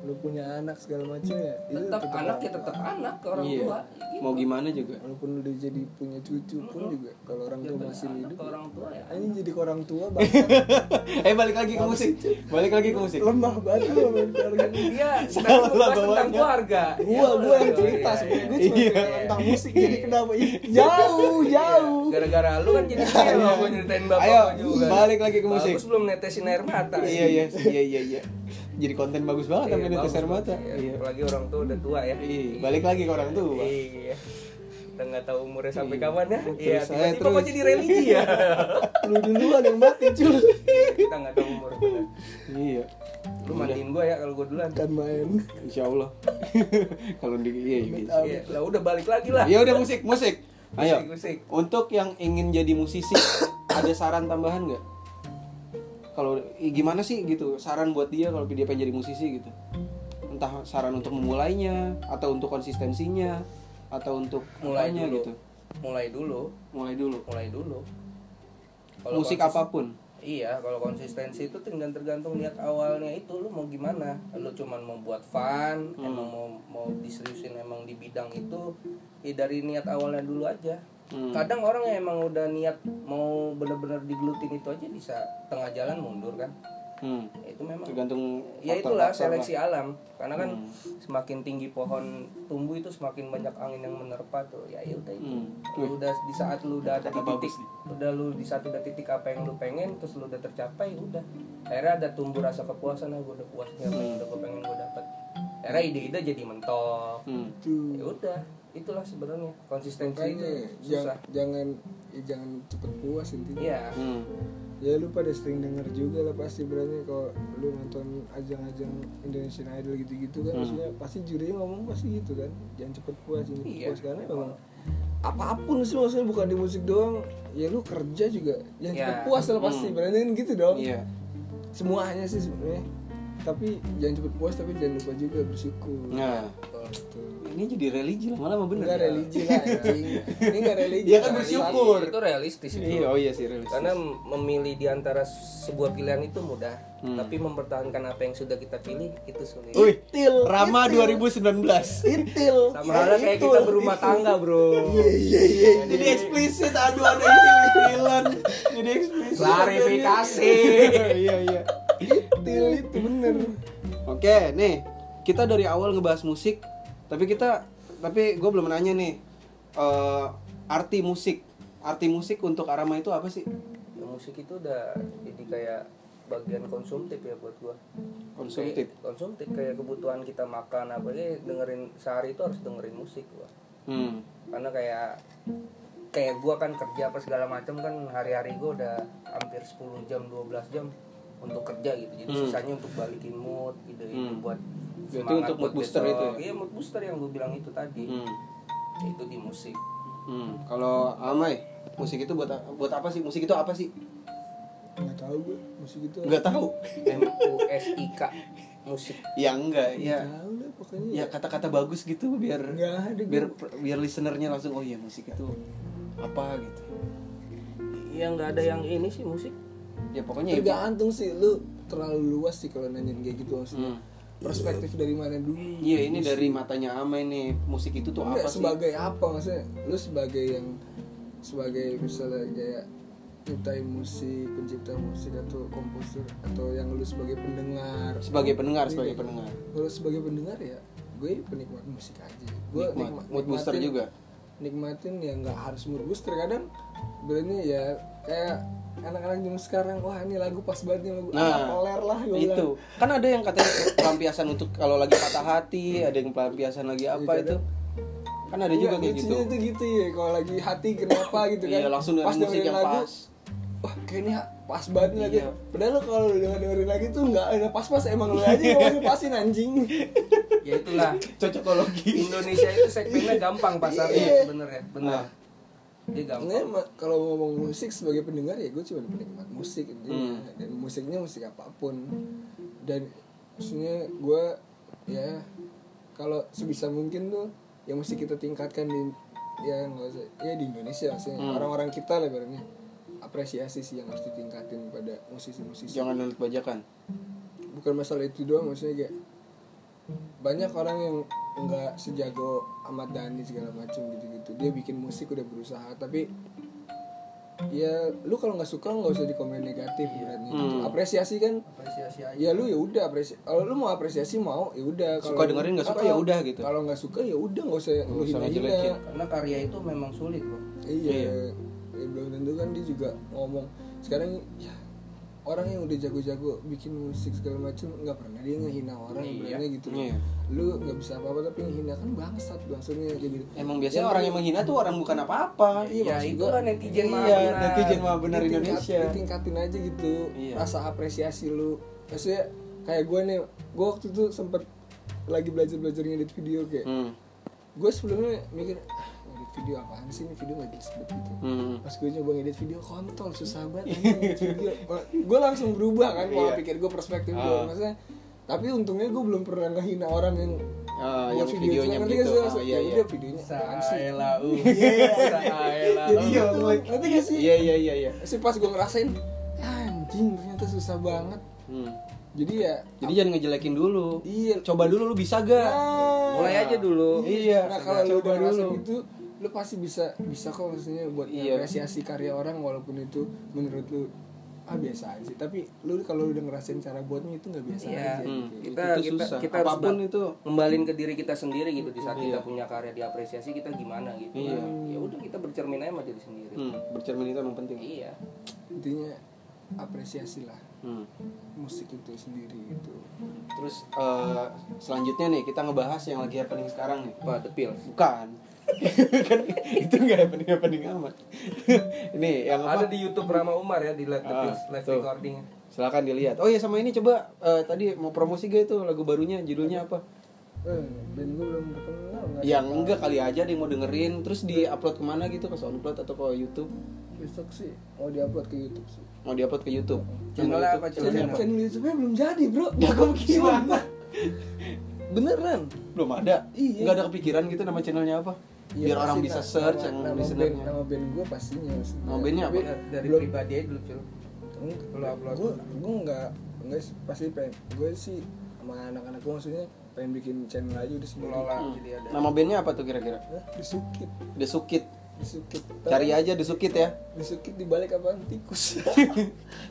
S3: lu punya anak segala macam ya itu
S2: tetap anak ya tetap anak ke orang
S1: Iya.
S2: tua
S1: mau gimana juga
S3: walaupun lu udah jadi punya cucu pun juga kalau orang
S2: Ya,
S3: tua masih
S2: anak
S3: hidup
S2: ke orang tua ya
S3: anjing jadi ke orang tua bangsa
S1: eh balik lagi ke musik balik lagi ke musik
S3: lemah banget lu sama keluarga
S2: Iya,
S1: Salah
S2: salah lah
S1: bawaannya.
S2: tentang keluarga.
S3: gua
S2: Ya,
S3: gua yang
S2: iya,
S3: cerita
S2: iya,
S3: sebenarnya
S2: iya.
S3: gua cuma cerita
S2: Iya.
S3: tentang musik jadi kenapa Ih, jauh jauh
S2: Gara-gara lu kan jadi melo gua nyeritain bapak
S1: Iya. Ayo,
S2: gua juga.
S1: balik lagi ke musik.
S2: Bagus belum netesin air mata. Iya,
S1: iya iya iya iya iya jadi konten bagus banget sampai
S2: bagus,
S1: netes air mata
S2: bagus, iya.
S1: iya
S2: Apalagi orang tua udah tua ya.
S1: Iya, balik lagi ke orang tua
S2: Iya. Kita nggak tahu umurnya sampai kapan ya.
S1: Terus
S2: Iya,
S1: saya
S2: tiba-tiba
S1: terus.
S2: kok jadi religi ya.
S3: lu duluan yang mati cuy
S2: Kita nggak tahu umur. bener.
S1: iya
S2: Lu mandiin gua ya kalau gua duluan.
S3: kan main
S1: insya Allah kalau di iya, iya, iya.
S2: Iya, lah udah balik lagi lah.
S1: ya udah musik musik ayo
S2: Musik, musik.
S1: untuk yang ingin jadi musisi ada saran tambahan nggak kalau i- gimana sih gitu saran buat dia kalau dia pengen jadi musisi gitu entah saran untuk memulainya atau untuk konsistensinya atau untuk
S2: Mulai
S1: apanya
S2: dulu.
S1: gitu
S2: Mulai dulu,
S1: mulai dulu
S2: mulai dulu.
S1: musik
S2: konsis-
S1: apapun
S2: Iya, kalau konsistensi itu tergan- tergantung niat awalnya itu lu mau gimana. Lu cuman mau buat fun,
S1: Hmm.
S2: emang mau mau diseriusin emang di bidang itu ya dari niat awalnya dulu aja.
S1: Hmm.
S2: Kadang orang yang emang udah niat mau bener-bener digelutin itu aja bisa tengah jalan mundur kan.
S1: hmm.
S2: Itu memang
S1: tergantung
S2: ya
S1: faktor-
S2: itulah
S1: faktor lah. Hmm.
S2: seleksi alam. Karena kan semakin tinggi pohon tumbuh itu semakin banyak angin yang menerpa tuh. Ya ya udah itu.
S1: Hmm.
S2: Lu udah di saat lu udah ada di
S1: Kata
S2: titik
S1: bagus nih.
S2: udah lu di satu udah titik apa yang lu pengen terus lu udah tercapai udah akhirnya ada tumbuh rasa kepuasan ah gue udah puas nih apa yang udah gue pengen gue dapat akhirnya ide-ide jadi mentok
S1: Hmm.
S3: tuh
S2: ya udah itulah sebenarnya konsistensi itu
S3: kayaknya
S2: Iya, susah
S1: iya.
S3: jangan jangan ya jangan cepet puas intinya
S2: iya
S1: Hmm.
S3: ya lu pada sering denger juga lah pasti berarti kalau lu nonton ajang-ajang Indonesian Idol gitu-gitu
S1: Hmm.
S3: kan maksudnya pasti jurinya ngomong pasti gitu kan jangan cepet puas jangan cepet
S2: Iya,
S3: puas karena
S2: memang.
S3: memang apapun sih maksudnya bukan di musik doang ya lu kerja juga jangan
S2: Ya.
S3: cepet puas lah pasti berarti kan gitu
S2: Oh.
S3: dong
S1: Hmm. iya
S3: semuanya sih sebenarnya tapi jangan cepet puas tapi jangan lupa juga bersyukur
S1: nah
S3: gitu.
S1: ini jadi religi lama-lama bener ya.
S3: Enggak religi lah anjing. Ini enggak religi.
S1: Iya kan bersyukur. Syukur.
S2: itu realistis itu
S1: iya oh iya sih religi
S2: karena memilih di antara sebuah pilihan itu mudah
S1: Hmm.
S2: tapi mempertahankan apa yang sudah kita pilih itu sulit
S1: Wih,
S3: Itil,
S1: Rama
S3: itil.
S1: 2019
S3: Itil.
S2: sama halnya
S1: Iya,
S2: kayak kita berumah tangga bro
S3: Iya iya iya.
S1: Jadi eksplisit aduh ada itil-itilan. Jadi eksplisit.
S2: Klarifikasi.
S1: Iya iya.
S3: Itil itu bener.
S1: Oke, nih kita dari awal ngebahas musik, tapi kita tapi gue belum nanya nih eh, arti musik. Arti musik untuk Arama itu apa sih?
S2: Ya, musik itu udah jadi kayak bagian konsumtif ya buat gua
S1: Konsumtif.
S2: Kayak konsumtif kayak kebutuhan kita makan apa ya dengerin sehari itu harus dengerin musik gua
S1: Hmm.
S2: karena kayak kayak gua kan kerja apa segala macam kan hari-hari gua udah hampir 10 jam 12 jam untuk kerja gitu jadi
S1: Hmm.
S2: sisanya untuk balikin mood gitu
S1: Hmm.
S2: buat
S1: Berarti
S2: semangat
S1: untuk
S2: buat
S1: mood booster
S2: besok.
S1: itu ya?
S2: iya mood booster yang gua bilang itu tadi
S1: Hmm.
S2: itu di musik
S1: Hmm. Kalau Amai, musik itu buat buat apa sih? Musik itu apa sih?
S3: nggak tahu gue musik gitu
S1: Enggak tahu.
S2: M U S I K musik
S1: Ya enggak, ya.
S3: tahu lah pokoknya
S1: Ya kata-kata bagus gitu biar
S3: Nggak ada
S1: biar biar listenernya langsung oh iya musik itu apa gitu.
S2: yang Iya, nggak ada yang ini sih musik
S1: Ya pokoknya ya,
S3: tergantung sih lu terlalu luas sih kalau nanyain kayak gitu maksudnya
S1: Hmm.
S3: perspektif dari mana dulu
S1: Iya ini dari matanya Amai nih musik itu tuh apa
S3: Enggak,
S1: sih?
S3: sebagai apa maksudnya lu sebagai yang sebagai misalnya kayak pencipta musik pencipta musik atau komposer atau yang lu sebagai pendengar
S1: Sebagai pendengar,
S3: Iya.
S1: sebagai pendengar.
S3: kalau sebagai pendengar ya gue penikmat musik aja gue
S1: Nikmat. Mood booster juga.
S3: nikmatin ya nggak harus mood booster kadang berani ya kayak anak-anak zaman sekarang wah ini lagu pas banget nih lagu anak peler lah gue
S1: Nah, itu
S3: bilang.
S1: kan ada yang katanya pelampiasan untuk kalau lagi patah hati ada yang pelampiasan lagi apa
S3: Iya,
S1: itu
S3: kadang.
S1: kan ada juga
S3: Nggak,
S1: kayak gitu
S3: lucunya itu gitu ya kalau lagi hati kenapa gitu kan
S1: iya langsung dengan musik
S3: dengerin
S1: yang
S3: lagu,
S1: pas
S3: wah kayaknya pas banget nih lagu
S1: Iya.
S3: padahal lo kalau denger dengerin lagi tuh nggak ada pas-pas emang lo aja yang mau pasin anjing
S2: ya itulah
S1: cocokologi
S2: Indonesia itu segmennya gampang
S3: Iya.
S2: pasarnya sebenarnya
S1: Ah.
S2: benar dia
S1: Iya.
S3: Sebenarnya
S2: gampang
S3: ma- kalau ngomong musik sebagai pendengar ya gue cuma penikmat musik intinya dan musiknya musik apapun dan maksudnya gue ya kalau sebisa mungkin tuh yang mesti kita tingkatkan di ya nggak usah ya di Indonesia maksudnya orang-orang kita lah barangnya apresiasi sih yang harus ditingkatin pada musisi-musisi
S1: jangan nulis bajakan
S3: bukan masalah itu doang maksudnya kayak banyak orang yang nggak sejago Ahmad Dhani segala macam gitu-gitu dia bikin musik udah berusaha tapi ya lu kalau nggak suka nggak usah dikomen negatif ibaratnya gitu.
S1: Hmm.
S3: apresiasi kan
S2: apresiasi aja
S3: ya lu ya udah apresiasi kalau lu mau apresiasi mau ya udah
S1: Suka dengerin, nggak suka,
S3: Ah,
S1: ya udah gitu.
S3: kalau nggak suka ya udah nggak usah lu
S1: usah
S3: hina-hina
S1: ngejelekin.
S2: karena karya itu memang sulit loh
S3: iya ya, belum tentu kan dia juga ngomong sekarang ya, orang yang udah jago-jago bikin musik segala macam nggak pernah dia ngehina orang
S2: Iya.
S3: ibaratnya gitu loh.
S1: Iya.
S3: lu nggak bisa apa-apa tapi ngehina kan bangsat maksudnya kayak gitu
S1: emang biasanya orang yang menghina tuh orang bukan apa-apa
S2: ya
S3: Iya, maksud
S2: itu
S3: gua-
S2: kan netizen mah
S1: iya
S2: benar.
S1: netizen mah benar
S3: Ditingkat-
S1: Indonesia
S3: ditingkatin aja gitu
S1: Iya.
S3: rasa apresiasi lu maksudnya kayak gue nih gue waktu itu sempet lagi belajar belajar ngedit video kayak
S1: hmm.
S3: gue sebelumnya mikir ah, ngedit video apaan sih ini video nggak jelas banget gitu
S1: Hmm.
S3: pas gue coba ngedit video kontol susah banget anjing ngedit video gue langsung berubah kan
S1: Iya.
S3: pola pikir gue perspektif gue
S1: Ah.
S3: maksudnya tapi untungnya gue belum pernah ngehina orang yang
S1: Ah,
S3: buat
S1: yang videonya
S3: jelek. Nanti
S1: begitu
S3: kan saya
S1: Ah,
S3: langsung,
S1: iya
S3: "Ya
S1: iya
S3: udah, videonya apaan sih
S2: Saela u
S3: Jadi
S2: Saela
S3: gitu loh. Ngerti gak sih?
S1: iya iya iya iya
S3: Sih pas gue ngerasain "Ya, anjing ternyata susah banget
S1: Hmm.
S3: jadi ya
S1: jadi jangan ngejelekin dulu Iya.
S3: iya
S1: coba dulu lu bisa gak
S3: Ah.
S2: mulai aja dulu
S1: iya
S3: nah kalau
S1: coba
S3: lu udah ngerasa
S1: dulu
S3: gitu lu pasti bisa bisa kok maksudnya buat
S1: Iya.
S3: apresiasi karya orang walaupun itu menurut lu ah biasa aja tapi lu kalau udah ngerasain cara buatnya itu nggak biasa
S2: Iya.
S3: aja
S1: Hmm,
S3: gitu.
S2: Kita-
S1: itu
S2: kita-
S1: susah.
S2: kita harus
S1: apapun
S2: bak-
S1: itu
S2: ngembalin ke diri kita sendiri gitu di saat
S1: Iya.
S2: kita punya karya diapresiasi kita gimana gitu
S1: Iya.
S2: kan. ya udah kita bercermin aja sama diri sendiri
S1: hmm, bercermin itu emang penting
S2: iya
S3: intinya apresiasi lah
S1: Hmm.
S3: musik itu sendiri gitu
S1: Terus eh, selanjutnya nih kita ngebahas yang lagi happening sekarang nih.
S2: apa the pills
S1: Bukan. kan itu nggak happening happening amat. Ini yang
S2: ada
S1: apa?
S2: di YouTube Rama Umar ya di live the
S1: Ah,
S2: pills live
S1: tuh.
S2: recording
S1: Silakan dilihat. Oh iya sama ini coba eh, tadi mau promosi gak itu lagu barunya judulnya apa?
S3: eh band gue belum terkenal nggak
S1: Yang enggak kali aja ada yang mau dengerin terus di-upload kemana gitu ke SoundCloud atau ke YouTube?
S3: besok sih mau diupload ke YouTube sih
S1: Mau di-upload ke YouTube.
S2: Channel
S1: Channel
S2: apa,
S1: YouTube.
S2: channel?
S1: Channel apa?
S3: channel YouTube-nya belum jadi bro
S1: Ya, kok gimana?
S3: Sumpah. beneran
S1: Belum ada.
S3: Iya.
S1: Enggak ada kepikiran gitu nama channelnya apa? Biar
S3: Iya,
S1: orang
S3: pasti
S1: bisa
S3: na-
S1: search
S3: nama,
S1: yang
S3: nama band,
S1: listenernya.
S3: nama band gue pastinya maksudnya.
S1: Nama bandnya apa?
S3: Tapi
S2: Dari- dari
S3: belum-
S2: pribadi aja dulu Cul.
S1: Hmm.
S2: Lu upload.
S3: gue gue nggak nggak sih, pasti pengen gue sih sama anak-anak gue maksudnya pengen bikin channel aja udah
S2: Lu
S3: sendiri
S2: lola
S1: Hmm.
S2: jadi ada
S1: Nama bandnya apa tuh kira-kira?
S3: Hah? disukit
S1: Desukit.
S3: disukit
S1: Cari aja Desukit ya.
S3: disukit di balik apaan tikus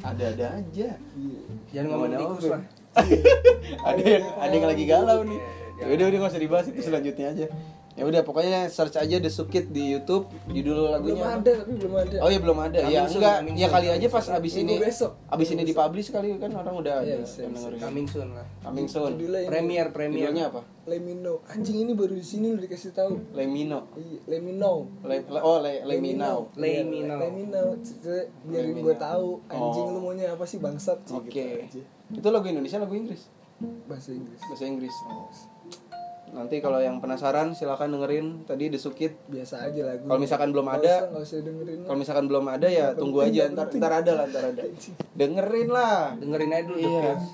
S1: Ada-ada aja.
S3: Iya.
S2: jangan ngomong
S1: Nama-nama
S2: tikus
S1: band.
S2: lah
S1: ada yang ada yang lagi galau nih. Ya udah udah nggak usah dibahas itu selanjutnya aja. Ya udah pokoknya search aja The Sukit di YouTube judul
S3: belum
S1: lagunya. apa?
S3: ada tapi belum ada
S1: Oh ya belum ada. ya
S2: Coming soon,
S1: enggak.
S2: coming
S1: Ya
S2: soon,
S1: kali
S2: coming
S1: aja pas abis
S3: Minggu
S1: ini
S3: besok.
S1: abis ini dipublish kali kan orang udah
S3: Iya,
S1: ada
S3: bisa,
S1: yang
S3: bisa.
S1: dengerin.
S2: Coming soon lah.
S1: Coming soon.
S3: Judulnya ini,
S2: Premier premier.
S1: Judulnya apa?
S3: let me know anjing ini baru di sini lu dikasih tahu
S1: Lemino.
S3: Iya, let me know
S1: Le, le- oh le, Leminau.
S2: Let
S3: Let
S2: me
S3: me
S2: know.
S3: know. Cerita-
S1: Let
S3: Biarin
S1: me
S3: gue
S1: know.
S3: tahu anjing
S1: Oh.
S3: lu maunya apa sih bangsat sih,
S1: Oke.
S3: gitu aja.
S1: Itu lagu Indonesia lagu Inggris.
S3: Bahasa Inggris.
S1: Bahasa Inggris. Nanti kalau yang penasaran silakan dengerin tadi The Sukit.
S3: Biasa aja lagu.
S1: Kalau misalkan belum
S3: Nggak
S1: ada,
S3: usah- nggak usah dengerin. lah.
S1: Kalau misalkan belum ada ya tunggu aja ntar ntar ada lah ntar ada. Dengerin lah.
S2: Dengerin aja dulu The
S1: Iya.
S2: Pills.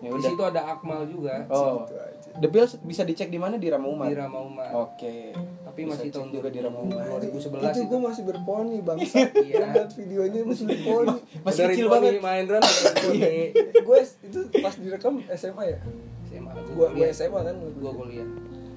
S1: Ya
S2: Di
S1: udah.
S2: situ ada Akmal juga.
S1: Oh.
S3: Gitu aja.
S1: The Bills bisa dicek di mana di Rama Umat.
S2: Di Rama Umar.
S1: Oh. Oke.
S2: Tapi
S1: Bisa
S2: masih
S1: cek
S2: tahun
S1: juga di Rama Umar.
S2: 2011
S3: itu
S2: itu.
S3: gue masih berponi
S2: Iya.
S3: bangsat. Gue liat videonya masih berponi.
S1: Masih
S2: Dari
S1: kecil
S2: Tony
S1: banget. Iya.
S2: Main drum dari Tony.
S3: gue itu pas direkam SMA ya.
S2: SMA.
S3: Gua gua SMA kan.
S2: Gua kuliah.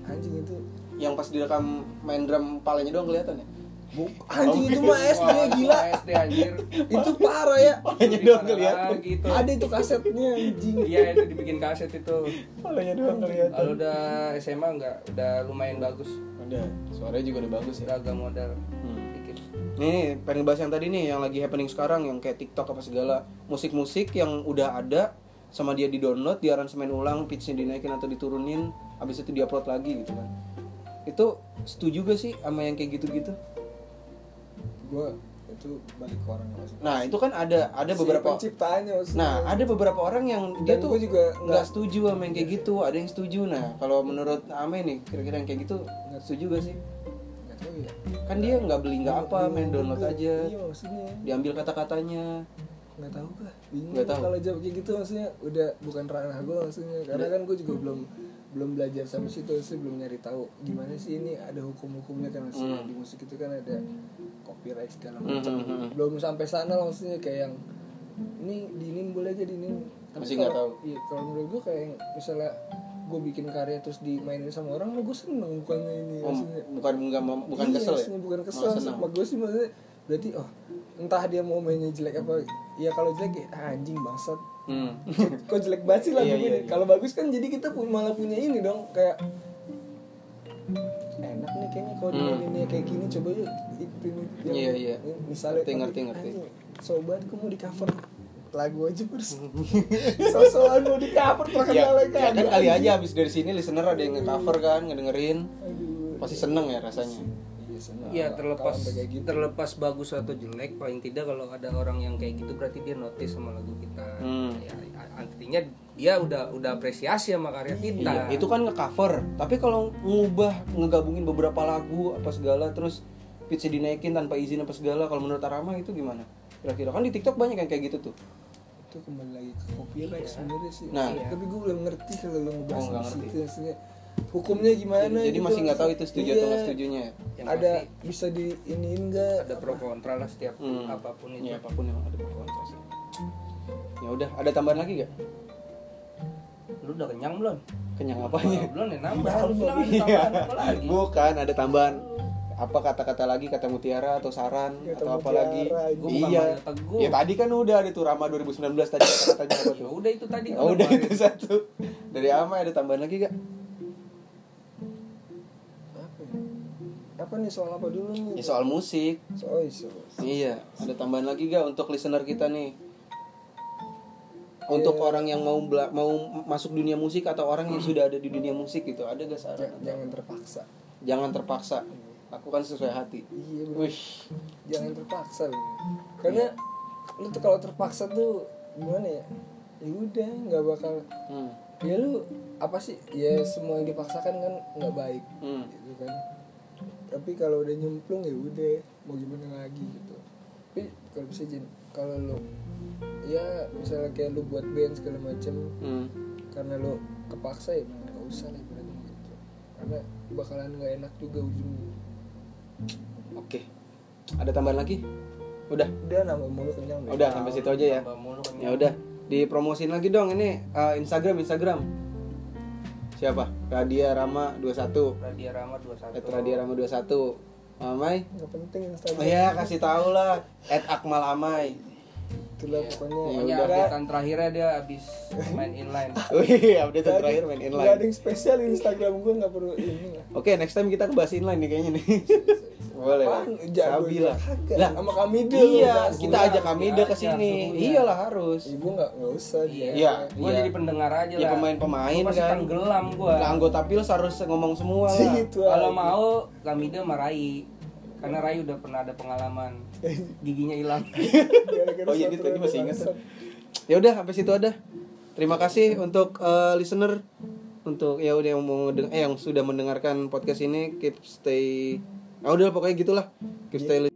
S3: Anjing itu.
S1: Yang pas direkam main drum palanya doang kelihatan ya.
S3: Bu- Anjing itu mah SD
S2: Wah,
S3: gila.
S2: SD anjir.
S3: Itu parah ya.
S1: Palanya
S2: Jadi
S1: doang
S2: parah
S1: kelihatan.
S2: Gitu.
S3: Ada itu kasetnya anjing.
S2: Iya itu dibikin kaset itu.
S1: Palanya doang kelihatan.
S2: Kalau udah SMA enggak, udah lumayan bagus.
S1: Udah, suaranya juga udah bagus ya.
S2: Udah agak modal
S1: Hmm.
S2: dikit.
S1: Nih, pengen ngebahas yang tadi nih yang lagi happening sekarang yang kayak TikTok apa segala musik-musik yang udah ada sama dia di-download, di aransemen ulang, pitchnya dinaikin atau diturunin, habis itu diupload lagi gitu kan. Itu setuju gak sih sama yang kayak gitu-gitu?
S3: Gue itu balik ke orang masing
S1: Nah, itu kan ada ada beberapa
S3: penciptanya maksudnya.
S1: Nah, ada beberapa orang yang dia
S3: Dan
S1: tuh
S3: gua juga
S1: nggak
S3: nggak- Iya.
S1: setuju sama yang kayak gitu, ada yang setuju. Nah, kalau menurut Ame nih, kira-kira yang kayak gitu
S3: Nggak
S1: setuju gak sih?
S3: Nggak tahu ya.
S1: Kan dia nggak beli nggak apa, main download
S3: Iya
S1: aja,
S3: maksudnya Iya,
S1: diambil kata-katanya.
S3: nggak tahu kah? Bingung
S1: Nggak tahu.
S3: Kalau jawab kayak gitu maksudnya udah bukan ranah gue maksudnya. Karena kan gue juga belum belum belajar sama situ sih belum nyari tahu gimana sih ini ada hukum-hukumnya kan
S1: Hmm.
S3: maksudnya di musik itu kan ada copyright segala macam.
S1: Mhm, mhm.
S3: Belum sampai sana lah maksudnya kayak yang ini diinin boleh aja diinin. Tapi
S1: Masih nggak
S3: kalau- Iya kalau menurut gue kayak yang misalnya gue bikin karya terus dimainin sama orang, gue seneng bukannya ini
S1: Oh,
S3: maksudnya
S1: bukan nggak mau- bukan
S3: Iya,
S1: kesel ya?
S3: maksudnya bukan kesel
S1: Malah senang.
S3: sama gue sih maksudnya berarti oh entah dia mau mainnya jelek apa ya kalau jelek ya ah, anjing bangsat
S1: Hmm.
S3: kok jelek banget sih lagu
S1: Iya,
S3: ini
S1: iya, iya.
S3: kalau bagus kan jadi kita pun malah punya ini dong kayak enak nih kayaknya kalau
S1: Hmm.
S3: dengerin kayak gini coba yuk ikutin yang-
S1: Iya, iya.
S3: misalnya
S1: Ngerti, ngerti, ngerti.
S3: anjing, sobat kamu mau di cover lagu aja terus sosokan mau di cover
S1: Ya,
S3: terkenal
S1: ya kan kali aja habis dari sini listener ada yang nge-cover kan, ngedengerin,
S3: aduh
S1: pasti seneng ya rasanya.
S3: Iya,
S1: Nah,
S3: seneng.
S2: Iya
S3: Kalau-
S2: terlepas
S3: kalau sampai kayak gitu.
S2: terlepas bagus atau jelek paling tidak kalau ada orang yang kayak gitu berarti dia notice sama lagu kita.
S1: Hmm.
S2: Ya, artinya dia udah udah apresiasi sama karya
S1: Iya,
S2: kita.
S1: itu kan nge-cover. Tapi kalau ngubah, ngegabungin beberapa lagu apa segala terus pitch dinaikin tanpa izin apa segala kalau menurut Arama itu gimana? Kira-kira kan di TikTok banyak yang kayak gitu tuh.
S3: itu kembali lagi ke copyright sebenarnya sih
S1: Nah.
S3: tapi gue belum ngerti kalau lo ngebahas
S1: Oh, nggak
S3: di
S1: ngerti.
S3: situ maksudnya hukumnya gimana
S1: Jadi
S3: gitu.
S1: masih nggak tahu itu setuju atau
S3: Iya.
S1: nggak setujunya ya.
S2: Yang
S3: ada
S2: pasti
S3: bisa di iniin nggak
S2: ada pro kontra lah setiap
S1: iya. Hmm.
S2: apapun itu.
S1: Ya apapun yang ada berkualitas. Ya udah, ada tambahan lagi gak?
S2: Lu udah kenyang belum?
S1: Kenyang
S2: Kalau
S1: apanya?
S2: belum ya nambah. Lu bilang ada
S1: Iya.
S2: tambahan apa lagi?
S1: Bukan, ada tambahan apa kata-kata lagi kata mutiara atau saran
S3: Kata
S1: atau apa
S3: mutiara,
S1: lagi
S3: anjing.
S2: Gua
S1: iya
S2: bukan Mario Teguh.
S1: ya tadi kan udah ada tuh Rama 2019 tadi kata-katanya apa
S2: Ya
S1: tuh
S2: udah itu tadi
S1: oh,
S2: gua
S1: udah
S2: kemarin.
S1: itu satu dari Ama ada tambahan lagi gak
S3: apa ya? apa nih soal apa dulu nih oh,
S1: ya, soal musik
S3: soal isu
S1: iya ada tambahan lagi gak untuk listener kita nih untuk
S3: Iya.
S1: orang yang mau bela- mau masuk dunia musik atau orang yang sudah ada di dunia musik gitu ada gak saran
S3: Ja- jangan terpaksa
S1: jangan terpaksa lakukan sesuai hati
S3: iya bener.
S1: wih
S3: jangan terpaksa bener. karena
S1: Iya.
S3: lu tuh kalau terpaksa tuh gimana ya ya udah nggak bakal
S1: hmm.
S3: ya lu apa sih ya semua yang dipaksakan kan nggak baik
S1: Hmm.
S3: gitu kan tapi kalau udah nyemplung ya udah mau gimana lagi gitu tapi kalau bisa jadi kalau lu ya misalnya kayak lu buat band segala macem
S1: Hmm.
S3: karena lu kepaksa ya mending nggak usah lah ibaratnya gitu karena bakalan nggak enak juga ujungnya
S1: oke ada tambahan lagi udah
S3: udah nambah mulu kenyang deh.
S1: udah sampai situ aja ya
S2: Tambah mulu kenyang.
S1: ya udah dipromosin lagi dong ini eh, Instagram Instagram siapa Radia Rama 21
S2: Radia Rama 21.
S1: at Radia Rama 21 Amai iya.
S3: nggak penting Instagram
S1: oh ya kasih tahu lah at Akmal Amai
S3: itulah pokoknya
S2: Pokoknya
S3: Nggak-
S2: updatean terakhirnya dia abis main inline.
S1: Wih, update
S3: nggak ada-
S1: terakhir main
S3: nggak ada
S1: inline.
S3: yang spesial Instagram gue nggak perlu ini lah
S1: Oke, next time kita ngebahas inline nih kayaknya nih. Boleh lah.
S3: Apaan? Jago
S1: Sabi lah.
S3: kagak.
S1: Lah,
S3: Sama Kamide lu
S1: Iya,
S3: bahas.
S1: kita
S2: Iya,
S1: ajak kami
S2: iya,
S1: ke sini.
S2: iya.
S1: Iyalah harus.
S3: ibu nggak nggak usah dia
S1: Iya.
S2: Gue jadi pendengar
S3: Iya.
S2: aja
S1: Ya
S2: lah.
S1: pemain-pemain
S2: Gua pasti
S1: kan.
S2: tenggelam gue.
S1: Nah, anggota Pils harus ngomong semua lah.
S3: Gitu
S2: Kalau
S3: aja.
S2: mau Kamida sama Rai. Karena Rai udah pernah ada pengalaman giginya hilang.
S3: Gara-gara
S1: Oh iya, ini
S3: satu
S1: tadi
S3: orang
S1: masih ingat.
S3: bangsat.
S1: Ya udah, sampai situ ada. Terima kasih untuk eh, listener untuk ya udah yang mau deng- eh yang sudah mendengarkan podcast ini keep stay. Ah udah pokoknya ya gitulah. Keep stay